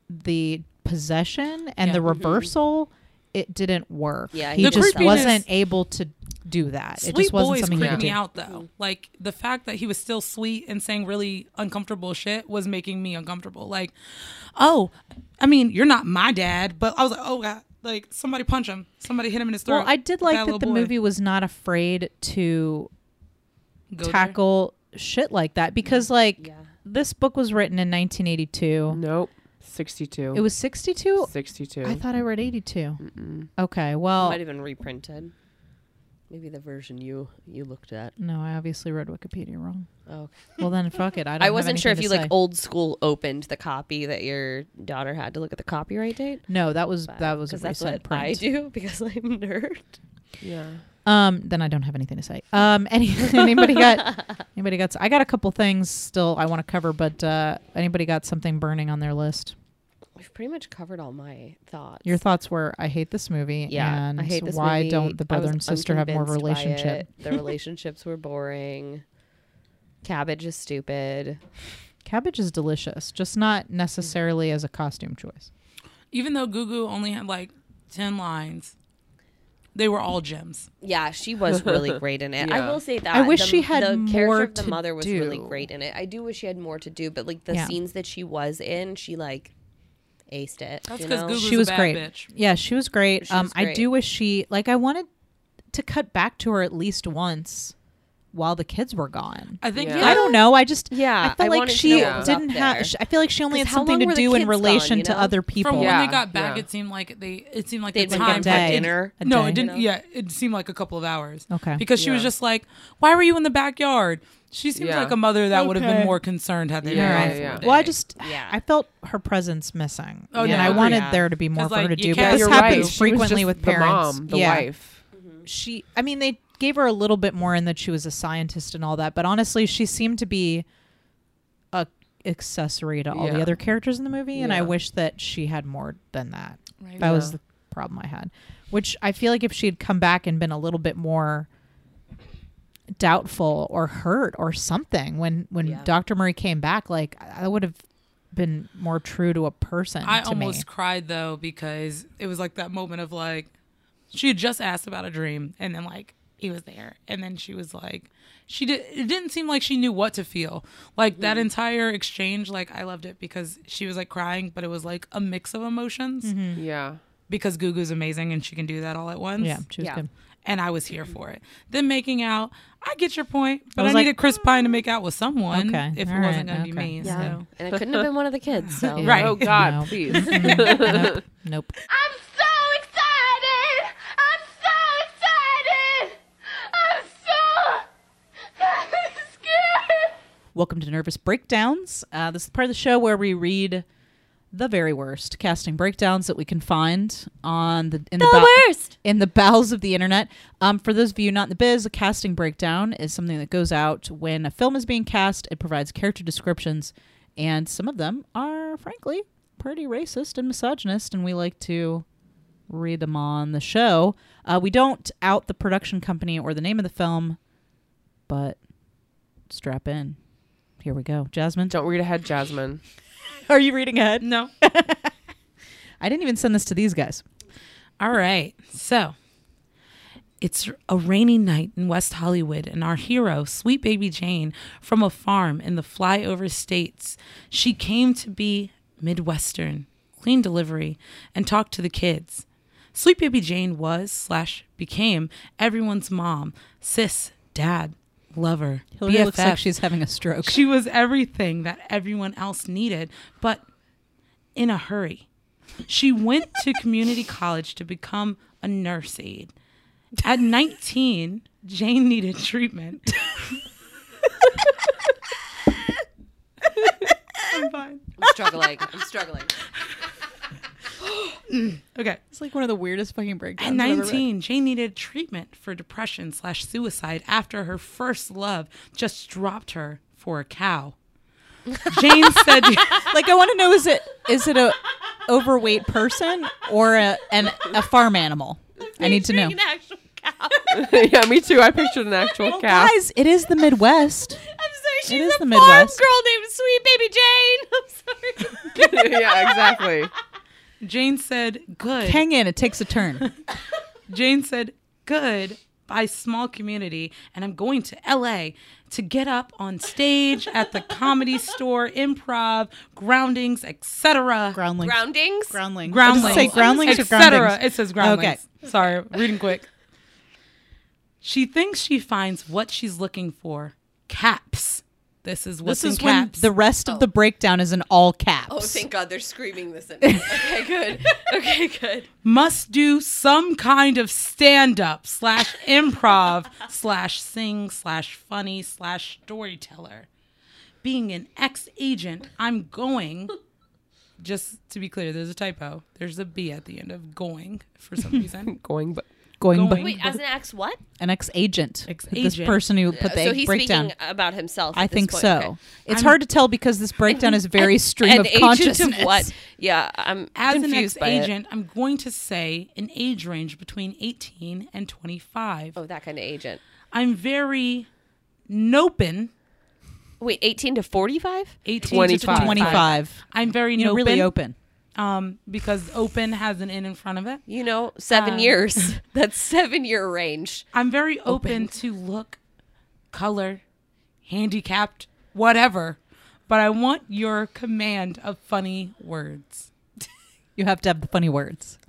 Speaker 1: the possession and
Speaker 3: Yeah. Mm-hmm.
Speaker 1: the reversal, it didn't work.
Speaker 2: Yeah,
Speaker 1: he
Speaker 2: The
Speaker 1: just
Speaker 3: creepiness-
Speaker 1: wasn't able to do that.
Speaker 3: Sweet
Speaker 1: it just wasn't
Speaker 3: boys
Speaker 1: something he
Speaker 3: creeped
Speaker 1: could
Speaker 3: me
Speaker 1: do.
Speaker 3: out though. Like the fact that he was still sweet and saying really uncomfortable shit was making me uncomfortable. Like, oh, I mean, you're not my dad, but I was like, oh god, like somebody punch him, somebody hit him in his throat.
Speaker 1: Well, I did like
Speaker 3: little
Speaker 1: that the
Speaker 3: boy.
Speaker 1: movie was not afraid to
Speaker 3: Go there.
Speaker 1: tackle shit like that because like this book was written in 1982.
Speaker 7: Nope. 62.
Speaker 1: It was 62.
Speaker 7: 62.
Speaker 1: I thought I read 82. Okay, well,
Speaker 2: might have been reprinted. Maybe the version you you looked at.
Speaker 1: no, I obviously read Wikipedia wrong.
Speaker 2: Okay.
Speaker 1: Well, then fuck it. I, don't
Speaker 2: Oh. I
Speaker 1: have
Speaker 2: wasn't sure if
Speaker 1: anything
Speaker 2: you
Speaker 1: to
Speaker 2: like
Speaker 1: say.
Speaker 2: old school opened the copy that your daughter had to look at the copyright date.
Speaker 1: No, that was that was a
Speaker 2: because that's
Speaker 1: recent
Speaker 2: what
Speaker 1: print.
Speaker 2: I do because I'm a nerd.
Speaker 7: yeah.
Speaker 1: Um, then I don't have anything to say. Um, any anybody got anybody got? I got a couple things still I want to cover, but uh, anybody got something burning on their list?
Speaker 2: We've pretty much covered all my thoughts.
Speaker 1: Your thoughts were I hate this movie.
Speaker 2: yeah,
Speaker 1: and
Speaker 2: I hate this
Speaker 1: why
Speaker 2: movie.
Speaker 1: don't the
Speaker 2: I was
Speaker 1: brother and sister have more
Speaker 2: unconvinced by
Speaker 1: relationship?
Speaker 2: it. The relationships were boring. Cabbage is stupid.
Speaker 1: Cabbage is delicious, just not
Speaker 2: Mm-hmm.
Speaker 1: necessarily as a costume choice.
Speaker 3: Even though Gugu only had like 10 lines, they were all gems.
Speaker 2: Yeah, she was really great in it. I
Speaker 7: Yeah.
Speaker 2: will say that.
Speaker 1: I wish
Speaker 2: the,
Speaker 1: she had
Speaker 2: the
Speaker 1: more
Speaker 2: character of the
Speaker 1: to
Speaker 2: mother was really
Speaker 1: do.
Speaker 2: great in it. I do wish she had more to do, but like the
Speaker 1: Yeah.
Speaker 2: scenes that she was in, she like aced it.
Speaker 3: That's
Speaker 2: you
Speaker 3: 'cause
Speaker 2: know?
Speaker 3: Gugu- She
Speaker 1: she
Speaker 3: was
Speaker 1: was
Speaker 3: a bad
Speaker 1: great.
Speaker 3: bitch.
Speaker 1: Yeah, she was great.
Speaker 2: She
Speaker 1: um,
Speaker 2: was
Speaker 1: I
Speaker 2: great.
Speaker 1: do wish she like I wanted to cut back to her at least once while the kids were gone.
Speaker 3: I think,
Speaker 7: Yeah.
Speaker 3: yeah.
Speaker 1: I don't know. I just
Speaker 2: Yeah,
Speaker 1: I felt
Speaker 2: I
Speaker 1: like
Speaker 2: wanted to
Speaker 1: she
Speaker 2: know what was up
Speaker 1: didn't
Speaker 2: there.
Speaker 1: have. sh- I feel like she only
Speaker 2: 'Cause
Speaker 1: had
Speaker 2: how
Speaker 1: something
Speaker 2: long
Speaker 1: to
Speaker 2: were the
Speaker 1: do in
Speaker 2: kids gone,
Speaker 1: relation
Speaker 2: you
Speaker 1: to
Speaker 2: know?
Speaker 1: other people.
Speaker 3: From
Speaker 7: Yeah,
Speaker 3: when they got back,
Speaker 7: yeah.
Speaker 3: it seemed like they, it seemed like
Speaker 2: They'd
Speaker 3: the
Speaker 2: been
Speaker 3: time
Speaker 2: gone for
Speaker 1: day.
Speaker 2: dinner.
Speaker 1: A
Speaker 3: no,
Speaker 1: day.
Speaker 3: it didn't.
Speaker 2: You
Speaker 3: Yeah, it seemed like a couple of hours.
Speaker 1: Okay.
Speaker 3: Because she was just like, "Why were you in the backyard?" She seems
Speaker 7: Yeah.
Speaker 3: like a mother that would have been
Speaker 1: Okay.
Speaker 3: more concerned had they
Speaker 7: Yeah,
Speaker 3: been
Speaker 1: All
Speaker 3: gone
Speaker 1: right.
Speaker 3: for
Speaker 7: yeah, yeah.
Speaker 3: a day.
Speaker 1: Well, I just
Speaker 2: Yeah.
Speaker 1: I felt her presence missing,
Speaker 3: Oh,
Speaker 1: and
Speaker 3: no,
Speaker 1: I
Speaker 3: agreed.
Speaker 1: wanted
Speaker 2: Yeah.
Speaker 1: there to be more
Speaker 3: 'Cause,
Speaker 1: for
Speaker 3: like,
Speaker 1: her to
Speaker 3: you
Speaker 1: do.
Speaker 3: can't-
Speaker 1: But this
Speaker 3: You're
Speaker 7: right.
Speaker 1: happens
Speaker 7: She was
Speaker 1: frequently
Speaker 7: just
Speaker 1: with
Speaker 7: the
Speaker 1: parents.
Speaker 7: mom, the
Speaker 1: yeah.
Speaker 7: wife.
Speaker 1: she i mean they gave her a little bit more in that she was a scientist and all that but honestly she seemed to be a accessory to all
Speaker 7: Yeah.
Speaker 1: the other characters in the movie and i
Speaker 7: Yeah.
Speaker 1: wish that she had more than that
Speaker 3: Right.
Speaker 1: that was the problem i had which i feel like if she had come back and been a little bit more doubtful or hurt or something when when dr murray came back like i would have been more true to a person
Speaker 3: I
Speaker 1: to
Speaker 3: almost
Speaker 1: me.
Speaker 3: cried though because it was like that moment of like she had just asked about a dream and then like he was there and then she was like she did it didn't seem like she knew what to feel like that entire exchange like I loved it because she was like crying but it was like a mix of emotions
Speaker 1: Mm-hmm. Mm.
Speaker 7: Yeah.
Speaker 3: because Gugu's amazing and she can do that all at once
Speaker 1: yeah she was good
Speaker 3: and I was here for it then making out I get your point but I,
Speaker 1: was like,
Speaker 3: needed Chris Pine to make out with someone
Speaker 1: Okay,
Speaker 3: if it
Speaker 1: all
Speaker 3: wasn't
Speaker 1: right,
Speaker 3: gonna be
Speaker 1: okay.
Speaker 3: me
Speaker 2: Yeah.
Speaker 3: so
Speaker 2: and it couldn't have been one of the kids. So
Speaker 1: Yeah.
Speaker 3: Right.
Speaker 7: Oh God,
Speaker 1: No.
Speaker 7: please.
Speaker 1: nope, nope.
Speaker 8: I'm so excited! I'm so excited! I'm so scared!
Speaker 1: Welcome to Nervous Breakdowns. Uh, this is the part of the show where we read the very worst casting breakdowns that we can find on the in the, bow-
Speaker 2: worst!
Speaker 1: in the bowels of the internet. Um, for those of you not in the biz, a casting breakdown is something that goes out when a film is being cast. It provides character descriptions, and some of them are frankly pretty racist and misogynist, and we like to read them on the show. Uh, we don't out the production company or the name of the film, but strap in. Here we go. Jasmine,
Speaker 7: Don't read ahead, Jasmine.
Speaker 1: are you reading ahead?
Speaker 3: no
Speaker 1: I didn't even send this to these guys.
Speaker 3: All right. So it's a rainy night in West Hollywood, and our hero, sweet baby Jane, from a farm in the flyover states, she came to be Midwestern, clean delivery, and talk to the kids. Sweet baby Jane was slash became everyone's mom, sis, dad, lover,
Speaker 1: Hillary
Speaker 3: BFF.
Speaker 1: looks like she's having a stroke.
Speaker 3: She was everything that everyone else needed, but in a hurry. She went to community college to become a nurse aide. At 19, Jane needed treatment. I'm fine.
Speaker 2: I'm struggling. I'm struggling.
Speaker 3: Okay.
Speaker 1: It's like one of the weirdest fucking breakdowns.
Speaker 3: At 19, Jane needed treatment for depression slash suicide after her first love just dropped her for a cow. Jane said.
Speaker 1: Like I want to know is it is it a overweight person or a an, a farm animal? I need to know.
Speaker 2: An actual cow.
Speaker 7: yeah, me too. I pictured an actual cat.
Speaker 1: Guys, it is the Midwest.
Speaker 2: I'm sorry. She's
Speaker 1: is
Speaker 2: a
Speaker 1: the
Speaker 2: farm
Speaker 1: Midwest.
Speaker 2: girl named Sweet Baby Jane. I'm sorry.
Speaker 7: yeah, exactly.
Speaker 3: Jane said, "Good."
Speaker 1: Hang in, it takes a turn.
Speaker 3: Jane said, "Good." By small community, and I'm going to LA to get up on stage at the comedy store, improv, groundings, etc.
Speaker 1: Groundlings.
Speaker 2: Groundings.
Speaker 1: Groundlings.
Speaker 3: Groundlings,
Speaker 1: Say groundlings or
Speaker 3: etc.
Speaker 1: groundlings.
Speaker 3: It says groundlings. Sorry, reading quick. She thinks she finds what she's looking for. Caps. This is what's
Speaker 1: This is
Speaker 3: in
Speaker 1: when
Speaker 3: caps.
Speaker 1: the rest of the breakdown is in all caps.
Speaker 2: Oh, thank God they're screaming this at me. Okay, good. Okay, good.
Speaker 3: must do some kind of stand up slash improv slash sing slash funny slash storyteller. Being an ex agent, I'm going. Just to be clear, there's a typo. There's a B at the end of going for some reason.
Speaker 7: Going, but going,
Speaker 3: going.
Speaker 2: Wait, as an ex what?
Speaker 1: an ex agent. This
Speaker 3: Ex-agent.
Speaker 1: person who put the
Speaker 2: so he's
Speaker 1: breakdown.
Speaker 2: speaking about himself.
Speaker 1: I
Speaker 2: at this
Speaker 1: think
Speaker 2: point.
Speaker 1: so.
Speaker 2: Okay.
Speaker 1: It's
Speaker 3: I'm-
Speaker 1: hard to tell because this breakdown is very stream
Speaker 2: An
Speaker 1: of
Speaker 2: agent
Speaker 1: consciousness.
Speaker 2: of what? Yeah, I'm
Speaker 3: as an
Speaker 2: confused
Speaker 3: ex
Speaker 2: by it.
Speaker 3: agent, I'm going to say an age range between 18 and 25.
Speaker 2: Oh, that kind of agent.
Speaker 3: I'm very nopin.
Speaker 2: Wait, 18 to 45?
Speaker 3: 18
Speaker 7: 25.
Speaker 3: to 25.
Speaker 1: Twenty-five.
Speaker 3: I'm very
Speaker 1: You're
Speaker 3: nopin.
Speaker 1: really open.
Speaker 3: Um, because open has an in in front of it.
Speaker 2: You know, seven
Speaker 1: Uh,
Speaker 2: years. That's seven year range.
Speaker 3: I'm very open to look, color, handicapped, whatever. But I want your command of funny words.
Speaker 1: You have to have the funny words.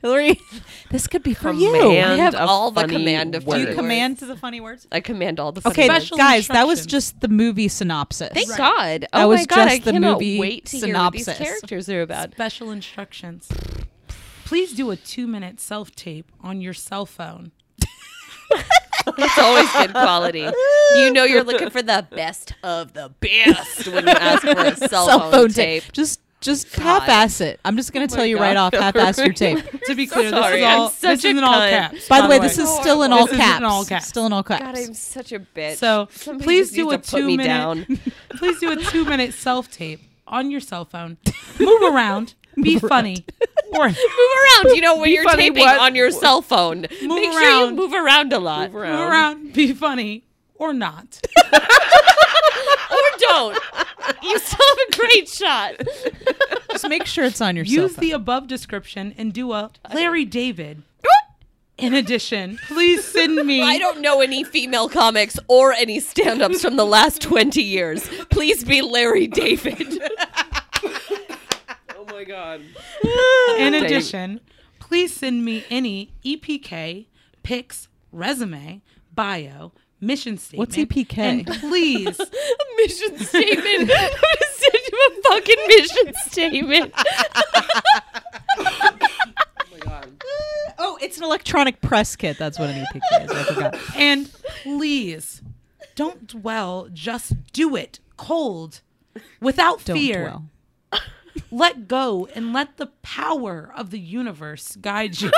Speaker 1: Hillary, this could be for
Speaker 7: Command.
Speaker 1: you.
Speaker 2: I have
Speaker 7: of
Speaker 2: all the
Speaker 7: funny
Speaker 2: command of
Speaker 7: words.
Speaker 1: Do
Speaker 2: funny
Speaker 1: you command to the funny words?
Speaker 2: words. I command all the funny
Speaker 1: Okay,
Speaker 2: words.
Speaker 3: Special
Speaker 1: guys, that was
Speaker 3: instructions.
Speaker 1: just the movie synopsis.
Speaker 2: Thank God. Oh
Speaker 1: That was
Speaker 2: my God, I
Speaker 1: just the
Speaker 2: cannot
Speaker 1: movie
Speaker 2: wait to hear
Speaker 1: synopsis.
Speaker 2: what these characters are about.
Speaker 3: Special instructions. Please do a two minute self tape on your cell phone.
Speaker 2: It's always good quality. You know you're looking for the best of the best when you ask for a cell,
Speaker 1: Cell
Speaker 2: phone,
Speaker 1: phone
Speaker 2: tape.
Speaker 1: tape. Just just half-ass it. I'm just going to tell you right off, half-ass your tape.
Speaker 3: To be clear,
Speaker 2: sorry,
Speaker 3: this is
Speaker 2: I'm
Speaker 3: all
Speaker 2: such
Speaker 3: this is
Speaker 2: a
Speaker 3: in all
Speaker 2: cunt.
Speaker 3: caps.
Speaker 1: By the way, this is still in all
Speaker 3: This is in
Speaker 1: caps.
Speaker 3: all caps.
Speaker 1: Still in all caps.
Speaker 2: God, I'm such a bitch.
Speaker 3: So,
Speaker 2: Somebody
Speaker 3: please
Speaker 2: just
Speaker 3: do
Speaker 2: needs
Speaker 3: a
Speaker 2: to put me
Speaker 3: two-minute-
Speaker 2: down.
Speaker 3: Please do a two minute self tape on your cell phone. Move around, be funny, or move
Speaker 2: move around. You know when you're
Speaker 7: funny,
Speaker 2: taping
Speaker 7: what-
Speaker 2: on your cell phone, make sure you
Speaker 3: around.
Speaker 2: move around a lot,
Speaker 3: around, be funny, or not.
Speaker 2: or don't. You still have a great shot.
Speaker 1: Just make sure it's on your cell
Speaker 3: Use
Speaker 1: phone.
Speaker 3: the above description and do a Larry David. In addition, please send me.
Speaker 2: I don't know any female comics or any stand-ups from the last twenty years. Please be Larry David.
Speaker 7: Oh my god.
Speaker 3: In addition, please send me any EPK, pics, resume, bio, mission statement.
Speaker 1: What's E EPK?
Speaker 3: And please,
Speaker 2: mission statement. I'm gonna send you a fucking mission statement.
Speaker 1: Oh, it's an electronic press kit. That's what an EPK is. I forgot.
Speaker 3: and please, don't dwell. Just do it cold, without
Speaker 1: Don't
Speaker 3: fear.
Speaker 1: dwell.
Speaker 3: Let go and let the power of the universe guide you.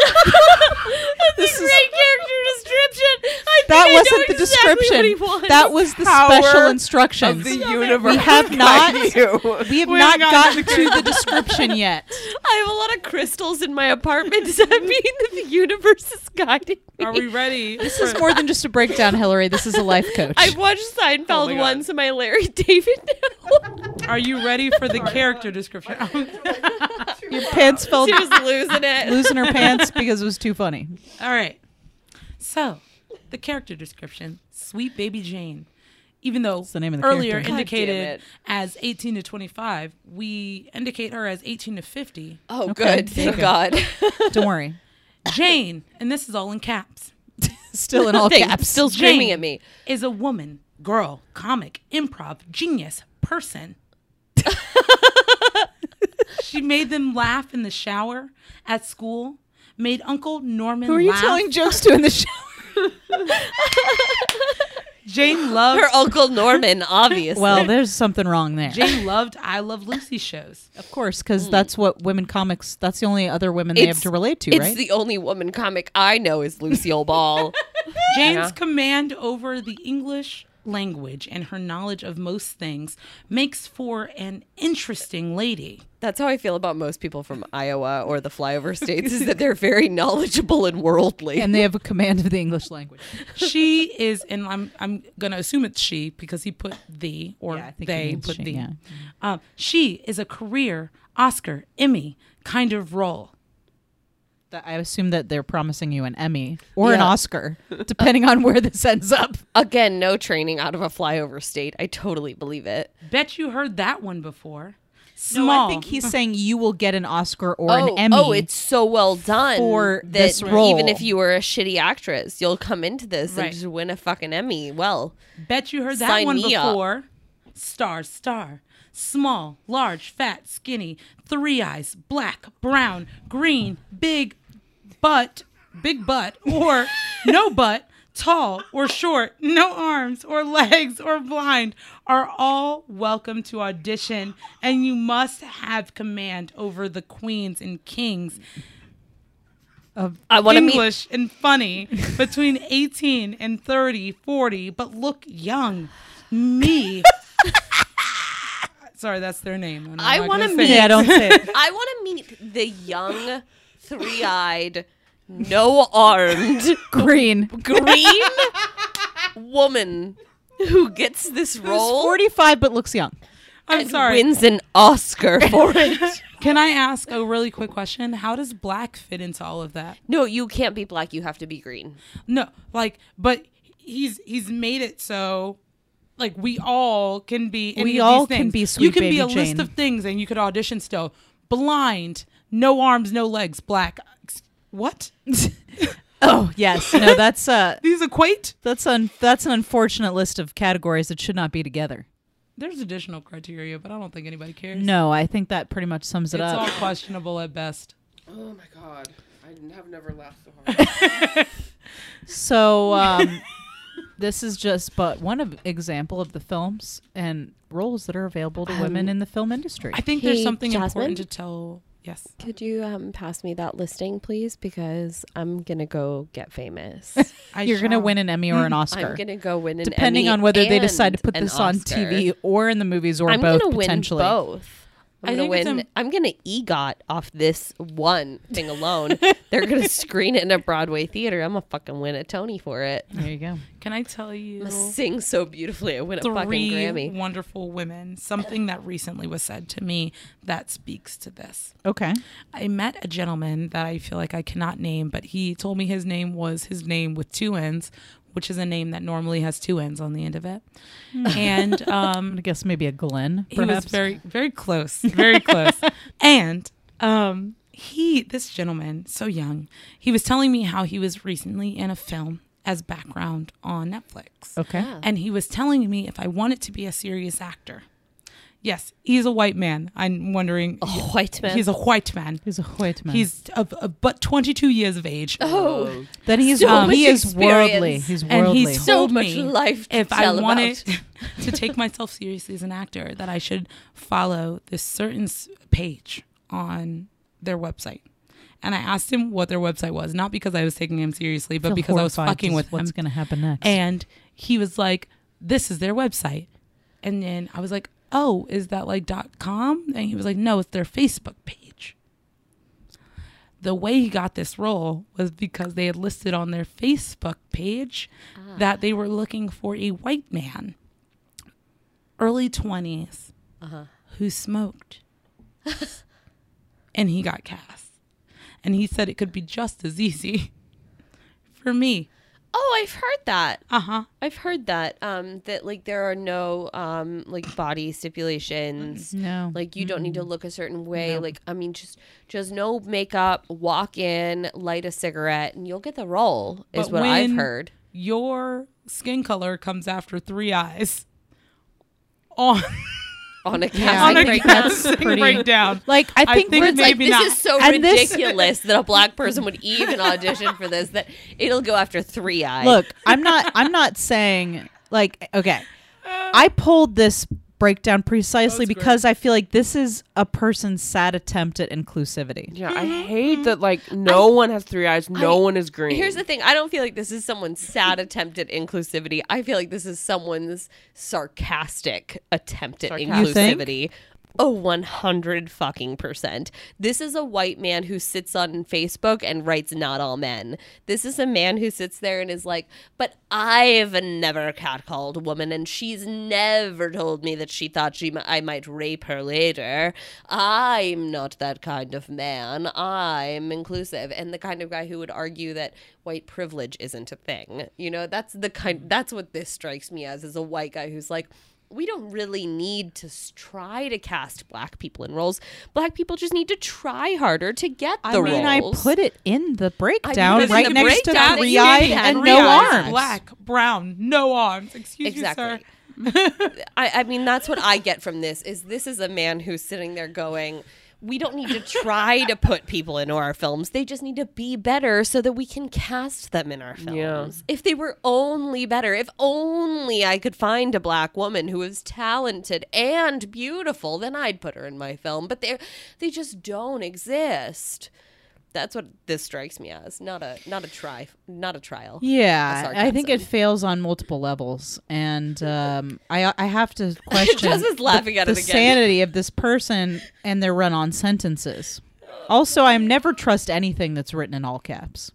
Speaker 2: This is great character description. I
Speaker 1: That
Speaker 2: think I know
Speaker 1: wasn't the
Speaker 2: exactly what he
Speaker 1: description.
Speaker 2: wants.
Speaker 1: That was the
Speaker 7: Power
Speaker 1: special
Speaker 7: of
Speaker 1: instructions.
Speaker 7: the universe.
Speaker 1: We have not.
Speaker 7: You.
Speaker 1: We have not gotten to the description yet.
Speaker 2: I have a lot of crystals in my apartment. Does that mean that the universe is guiding me?
Speaker 3: Are we ready?
Speaker 1: This is more than just a breakdown, Hillary. This is a Oh life coach.
Speaker 2: I've watched Seinfeld once. Am I Larry David now?
Speaker 3: Are you ready for the character description?
Speaker 1: Your pants fell
Speaker 2: she was losing it.
Speaker 1: losing her pants because it was too funny.
Speaker 3: All right. So, the character description: Sweet Baby Jane. Even though
Speaker 1: the name of the
Speaker 3: earlier
Speaker 1: character. God
Speaker 3: indicated
Speaker 2: it.
Speaker 3: as 18 to 25, we indicate her as 18 to 50.
Speaker 2: oh,
Speaker 1: Okay.
Speaker 2: good. Thank God.
Speaker 1: Don't worry.
Speaker 3: Jane, and this is all in caps.
Speaker 1: Still in all
Speaker 2: Thanks.
Speaker 1: caps.
Speaker 2: Still screaming
Speaker 3: Jane
Speaker 2: at me.
Speaker 3: Is a woman, girl, comic, improv, genius, person. she made them laugh in the shower, at school, made Uncle Norman
Speaker 1: Who are you
Speaker 3: laugh.
Speaker 1: telling jokes to in the show?
Speaker 3: Jane loved
Speaker 2: Her Uncle Norman, obviously.
Speaker 1: Well, there's something wrong there.
Speaker 3: Jane loved I Love Lucy shows.
Speaker 1: Of course, because that's what women comics. That's the only other women they have
Speaker 2: It's-
Speaker 1: to relate to,
Speaker 2: it's
Speaker 1: right?
Speaker 2: the only woman comic I know is Lucille Ball.
Speaker 3: Jane's command over the English language and her knowledge of most things makes for an interesting lady.
Speaker 2: That's how I feel about most people from Iowa or the flyover states is that they're very knowledgeable and worldly.
Speaker 1: and they have a command of the English language.
Speaker 3: She is, and I'm I'm gonna assume it's she because he put the or
Speaker 1: Yeah, I think he
Speaker 3: they
Speaker 1: means
Speaker 3: put
Speaker 1: she,
Speaker 3: the.
Speaker 1: yeah.
Speaker 3: Um, she is a career Oscar Emmy kind of role.
Speaker 1: That- I assume that they're promising you an Emmy or an Oscar, depending on where this ends up.
Speaker 2: Again, no training out of a flyover state. I totally believe it.
Speaker 3: Bet you heard that one before. Small.
Speaker 1: No, Oh, I think he's saying you will get an Oscar or
Speaker 2: oh,
Speaker 1: an Emmy.
Speaker 2: Oh, it's so well done
Speaker 1: for
Speaker 2: that
Speaker 1: this role.
Speaker 2: Even if you were a shitty actress, you'll come into this
Speaker 3: Right.
Speaker 2: and just win a fucking Emmy. Well,
Speaker 3: Bet you heard that
Speaker 2: Sign
Speaker 3: one
Speaker 2: me up.
Speaker 3: before. Star, star. Small, large, fat, skinny, three eyes, black, brown, green, big butt, big butt, or no butt, tall or short, no arms or legs or blind are all welcome to audition, and you must have command over the queens and kings
Speaker 1: of
Speaker 2: I want to meet.
Speaker 3: English and funny between 18 and 30, 40, but look young. Me. Sorry, that's their name. and I'm
Speaker 2: I
Speaker 3: not
Speaker 2: wanna
Speaker 3: gonna say
Speaker 2: meet-
Speaker 3: it.
Speaker 1: yeah, don't say it.
Speaker 2: I want to meet the young, three-eyed, no-armed,
Speaker 1: green.
Speaker 2: green woman who gets this role.
Speaker 1: Forty-five, but looks young.
Speaker 3: I'm
Speaker 2: and
Speaker 3: sorry.
Speaker 2: Wins an Oscar for it.
Speaker 3: Can I ask a really quick question? How does black fit into all of that?
Speaker 2: no, you can't be black. You have to be green.
Speaker 3: No, like, but he's he's made it so like we all can be any
Speaker 1: We
Speaker 3: of
Speaker 1: all
Speaker 3: these
Speaker 1: can
Speaker 3: things.
Speaker 1: be
Speaker 3: you
Speaker 1: Sweet
Speaker 3: can be
Speaker 1: Baby
Speaker 3: a
Speaker 1: Jane.
Speaker 3: list of things and you could audition still blind no arms no legs black Ex- what
Speaker 1: Oh yes, no, that's uh,
Speaker 3: these equate
Speaker 1: that's un- that's an unfortunate list of categories that should not be together.
Speaker 3: there's additional criteria but i don't think anybody cares
Speaker 1: No, I think that pretty much sums it
Speaker 3: it's all
Speaker 1: up.
Speaker 3: questionable at best
Speaker 7: Oh my god. I have never laughed so hard.
Speaker 1: So um, this is just but one of, example of the films and roles that are available to women in the film industry.
Speaker 3: i think
Speaker 2: Hey,
Speaker 3: there's something
Speaker 2: Jasmine?
Speaker 3: important to tell yes
Speaker 2: Could you um, pass me that listing, please? Because I'm gonna go get famous.
Speaker 3: I
Speaker 1: You're gonna
Speaker 3: shall.
Speaker 1: win an Emmy or an Oscar,
Speaker 2: Hmm, I'm gonna go win. An
Speaker 1: depending
Speaker 2: Emmy
Speaker 1: on whether they
Speaker 2: and
Speaker 1: decide to put
Speaker 2: an
Speaker 1: this on
Speaker 2: Oscar.
Speaker 1: TV or in the movies or
Speaker 2: I'm
Speaker 1: both
Speaker 2: gonna win
Speaker 1: potentially.
Speaker 2: both. I'm
Speaker 3: I
Speaker 2: gonna
Speaker 3: think it's
Speaker 2: win.
Speaker 3: im-
Speaker 2: I'm gonna egot off this one thing alone. They're gonna screen it in a Broadway theater. I'm gonna fucking win a Tony for it.
Speaker 1: There you go.
Speaker 3: can i tell you
Speaker 2: I sing so beautifully. I win a fucking
Speaker 3: three
Speaker 2: Grammy.
Speaker 3: wonderful women. Something that recently was said to me that speaks to this.
Speaker 1: Okay.
Speaker 3: I met a gentleman that I feel like I cannot name, but he told me his name was his name with two N's, which is a name that normally has two N's on the end of it. And um,
Speaker 1: I guess maybe a Glenn,
Speaker 3: he was
Speaker 1: perhaps.
Speaker 3: very, very close, very close. and um, he, this gentleman, so young, he was telling me how he was recently in a film as background on Netflix.
Speaker 1: Okay.
Speaker 3: And he was telling me if I wanted to be a serious actor. Yes, he's a white man. I'm wondering.
Speaker 2: White man.
Speaker 3: He's a white man.
Speaker 1: He's a white man.
Speaker 3: He's of, of- but 22 years of age.
Speaker 2: oh,
Speaker 1: then he's
Speaker 2: so
Speaker 1: um,
Speaker 2: much
Speaker 1: he is
Speaker 2: experience.
Speaker 1: worldly. He's
Speaker 3: and
Speaker 1: worldly.
Speaker 3: he told
Speaker 2: So much
Speaker 3: me
Speaker 2: life to
Speaker 3: if I
Speaker 2: tell
Speaker 3: wanted to take myself seriously as an actor, that I should follow this certain s- page on their website. And I asked him what their website was, not because I was taking him seriously, but
Speaker 1: Feel
Speaker 3: because I was
Speaker 1: horrified
Speaker 3: fucking
Speaker 1: just
Speaker 3: with
Speaker 1: what's
Speaker 3: him.
Speaker 1: gonna happen next.
Speaker 3: And he was like, "This is their website," and then I was like, "Oh, is that like dot com?" And he was like, "No, it's their Facebook page." The way he got this role was because they had listed on their Facebook page that they were looking for a white man, early 20s who smoked, and he got cast. And he said it could be just as easy for me.
Speaker 2: oh, I've heard that.
Speaker 3: Uh huh.
Speaker 2: I've heard that. Um, that like there are no um like body stipulations.
Speaker 3: Mm,
Speaker 1: no.
Speaker 2: Like you don't need to look a certain way. Like I mean, just just no makeup. Walk in, light a cigarette, and you'll get the role. Is
Speaker 3: But
Speaker 2: what I've
Speaker 3: when
Speaker 2: heard.
Speaker 3: Your skin color comes after three eyes on,
Speaker 2: On a
Speaker 1: I
Speaker 2: casting
Speaker 3: on a
Speaker 1: think
Speaker 2: breakdown.
Speaker 1: that's
Speaker 3: casting
Speaker 1: pretty-
Speaker 3: breakdown.
Speaker 1: Like, I think we're-
Speaker 2: It's like
Speaker 3: maybe
Speaker 2: this
Speaker 3: not.
Speaker 2: is so
Speaker 1: And this-
Speaker 2: ridiculous that a black person would even audition for this that it'll go after three eyes.
Speaker 1: Look, I'm not I'm not saying like okay. I pulled this breakdown precisely because I feel like this is a person's sad attempt at inclusivity.
Speaker 7: yeah, I hate that like no one has three eyes,
Speaker 2: I-
Speaker 7: no one is green.
Speaker 2: Here's the thing. I don't feel like this is someone's sad attempt at inclusivity. I feel like this is someone's sarcastic attempt at
Speaker 7: Sarcastic.
Speaker 1: You think?
Speaker 2: inclusivity. Oh, 100 fucking percent. This is a white man who sits on Facebook and writes not all men. This is a man who sits there and is like, but I've never catcalled a woman and she's never told me that she thought she m- I might rape her later. I'm not that kind of man. I'm inclusive and the kind of guy who would argue that white privilege isn't a thing. You know, that's the kind that's what this strikes me as is a white guy who's like we don't really need to s- try to cast black people in roles. Black people just need to try harder to get the
Speaker 1: I mean,
Speaker 2: roles.
Speaker 1: I put it in the breakdown
Speaker 2: put it in
Speaker 1: right
Speaker 2: the
Speaker 1: next
Speaker 2: breakdown.
Speaker 1: to three
Speaker 2: You
Speaker 1: eyed
Speaker 2: did that.
Speaker 1: and
Speaker 2: Three
Speaker 1: no
Speaker 2: eyes,
Speaker 1: arms.
Speaker 3: Black, brown, no arms. Excuse me, sir.
Speaker 2: Exactly. I, I mean, that's what I get from this is this is a man who's sitting there going, we don't need to try to put people into our films. They just need to be better so that we can cast them in our films. If they were only better, if only I could find a black woman who is talented and beautiful, then I'd put her in my film. But they they just don't exist. That's what this strikes me as. Not a not a try, not a trial.
Speaker 1: Yeah,
Speaker 2: A
Speaker 1: I think it
Speaker 2: sarcasm.
Speaker 1: fails on multiple levels, and um, I I have to question
Speaker 2: Jess is laughing
Speaker 1: the,
Speaker 2: at it
Speaker 1: the
Speaker 2: again.
Speaker 1: sanity of this person and their run-on sentences. Also, I never trust anything that's written in all caps.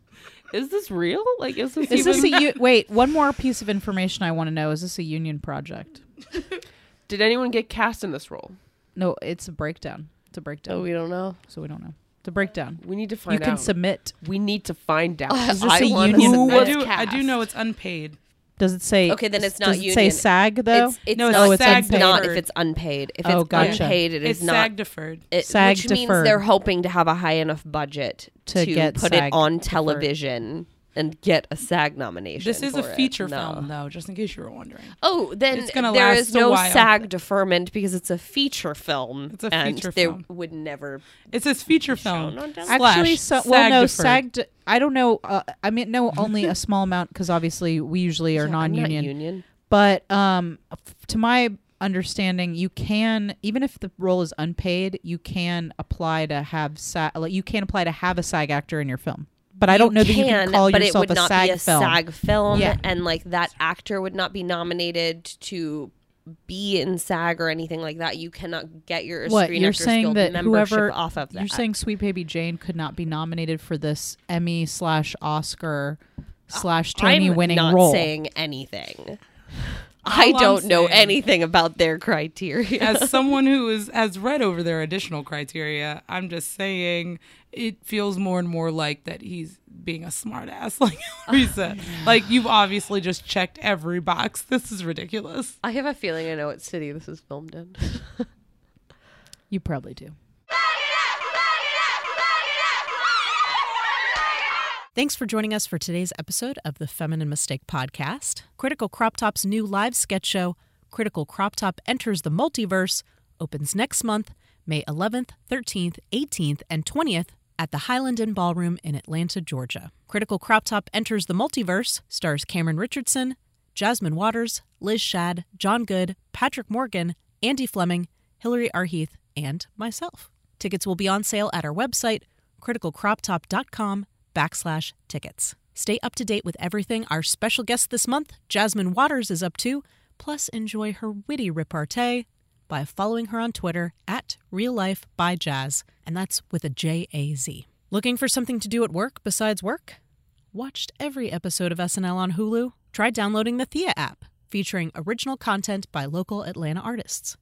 Speaker 7: Is this real? Like, is this
Speaker 1: Is
Speaker 7: even?
Speaker 1: this a u- wait? One more piece of information I want to know: Is this a union project?
Speaker 7: Did anyone get cast in this role?
Speaker 1: No, it's a breakdown. It's a
Speaker 2: Oh,
Speaker 1: breakdown.
Speaker 7: don't know.
Speaker 1: so we don't know. It's a breakdown.
Speaker 7: We need to find
Speaker 1: You can
Speaker 7: out.
Speaker 1: submit.
Speaker 7: we need to find out.
Speaker 1: Is this a
Speaker 2: I wanna
Speaker 1: union?
Speaker 2: submit.
Speaker 3: I
Speaker 1: What-
Speaker 2: That's
Speaker 3: do, I do
Speaker 2: cast.
Speaker 3: know it's unpaid.
Speaker 1: Does it say?
Speaker 2: Okay, then it's not
Speaker 1: does It say
Speaker 2: union.
Speaker 1: SAG though.
Speaker 2: It's, it's
Speaker 3: No, it's
Speaker 2: not,
Speaker 1: SAG
Speaker 2: it's not
Speaker 3: deferred.
Speaker 2: if it's unpaid. If
Speaker 1: Oh,
Speaker 2: it's
Speaker 1: gotcha.
Speaker 2: unpaid, it is
Speaker 3: it's
Speaker 2: not.
Speaker 3: SAG deferred.
Speaker 2: it,
Speaker 1: SAG
Speaker 2: which
Speaker 1: deferred.
Speaker 2: means they're hoping to have a high enough budget
Speaker 1: To
Speaker 2: to,
Speaker 1: get
Speaker 2: put
Speaker 1: SAG
Speaker 2: it on
Speaker 1: deferred.
Speaker 2: television and get a SAG nomination.
Speaker 3: This is a
Speaker 2: for it.
Speaker 3: feature
Speaker 2: No.
Speaker 3: film, though, just in case you were wondering.
Speaker 2: Oh, then
Speaker 3: It's gonna
Speaker 2: there
Speaker 3: last
Speaker 2: is
Speaker 3: a
Speaker 2: no
Speaker 3: while.
Speaker 2: SAG deferment because it's a feature film.
Speaker 3: It's a
Speaker 2: and
Speaker 3: feature
Speaker 2: they
Speaker 3: film.
Speaker 2: would never.
Speaker 3: It says feature film.
Speaker 2: on television.
Speaker 1: actually
Speaker 3: slash
Speaker 1: so, well no
Speaker 3: deferred.
Speaker 1: sag d- i don't know uh, i mean no only a small amount because obviously we usually are
Speaker 2: Yeah, I'm not
Speaker 1: non-union
Speaker 2: union.
Speaker 1: but um f- to my understanding you can even if the role is unpaid you can apply to have sag like you can apply to have a sag actor in your film but i don't know that you can call
Speaker 2: but
Speaker 1: yourself
Speaker 2: it would
Speaker 1: a
Speaker 2: not
Speaker 1: sag
Speaker 2: be a
Speaker 1: film
Speaker 2: SAG film,
Speaker 1: Yeah.
Speaker 2: and like that actor would not be nominated to be in SAG or anything like that. You cannot get your
Speaker 1: what
Speaker 2: Screen
Speaker 1: you're
Speaker 2: Actors
Speaker 1: saying
Speaker 2: Guild
Speaker 1: that
Speaker 2: membership
Speaker 1: whoever
Speaker 2: off of that.
Speaker 1: you're saying sweet baby jane could not be nominated for this emmy slash oscar slash tony
Speaker 2: Uh, I'm
Speaker 1: winning
Speaker 2: not
Speaker 1: role
Speaker 2: saying anything. I
Speaker 3: All I'm
Speaker 2: don't know
Speaker 3: saying-
Speaker 2: anything about their criteria.
Speaker 3: As someone who is has read over their additional criteria, I'm just saying it feels more and more like that he's being a smartass, like Hillary said. Like you've obviously just checked every box. This is ridiculous.
Speaker 2: I have a feeling I know what city this is filmed in.
Speaker 1: you probably do Thanks for joining us for today's episode of the Feminine Mistake Podcast. Critical Crop Top's new live sketch show, Critical Crop Top Enters the Multiverse, opens next month, May 11th, 13th, 18th, and 20th at the Highland Inn Ballroom in Atlanta, Georgia. Critical Crop Top Enters the Multiverse stars Cameron Richardson, Jasmine Waters, Liz Shad, John Good, Patrick Morgan, Andy Fleming, Hillary Arheath, and myself. Tickets will be on sale at our website, criticalcroptop.com backslash tickets. Stay up to date with everything our special guest this month, Jasmine Waters, is up to, plus enjoy her witty repartee by following her on Twitter at Real Life by Jazz, and that's with a J A Z. Looking for something to do at work besides work? Watched every episode of SNL on Hulu? Try downloading the Thea app, featuring original content by local Atlanta artists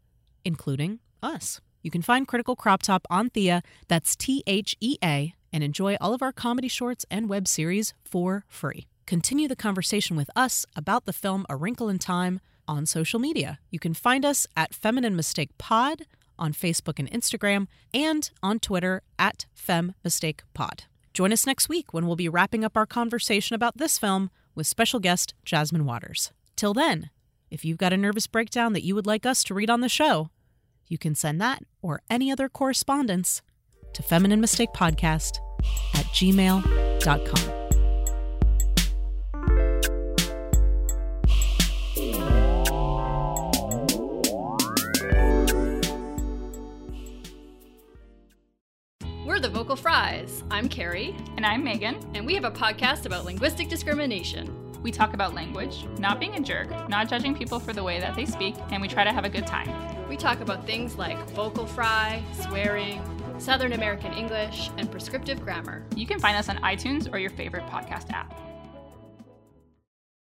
Speaker 1: including us. You can find Critical Crop Top on Thea, that's T H E A, and enjoy all of our comedy shorts and web series for free. Continue the conversation with us about the film A Wrinkle in Time on social media. You can find us at Feminine Mistake Pod on Facebook and Instagram, and on Twitter at Fem Mistake Pod. Join us next week when we'll be wrapping up our conversation about this film with special guest Jasmine Waters. Till then, if you've got a nervous breakdown that you would like us to read on the show, you can send that or any other correspondence to Feminine Mistake Podcast at gmail.com.
Speaker 9: We're the Vocal Fries. I'm Carrie,
Speaker 10: And I'm Megan.
Speaker 9: and we have a podcast about linguistic discrimination.
Speaker 10: We talk about language, not being a jerk, not judging people for the way that they speak, and we try to have a good time.
Speaker 9: We talk about things like vocal fry, swearing, Southern American English, and prescriptive grammar.
Speaker 10: You can find us on iTunes or your favorite podcast app.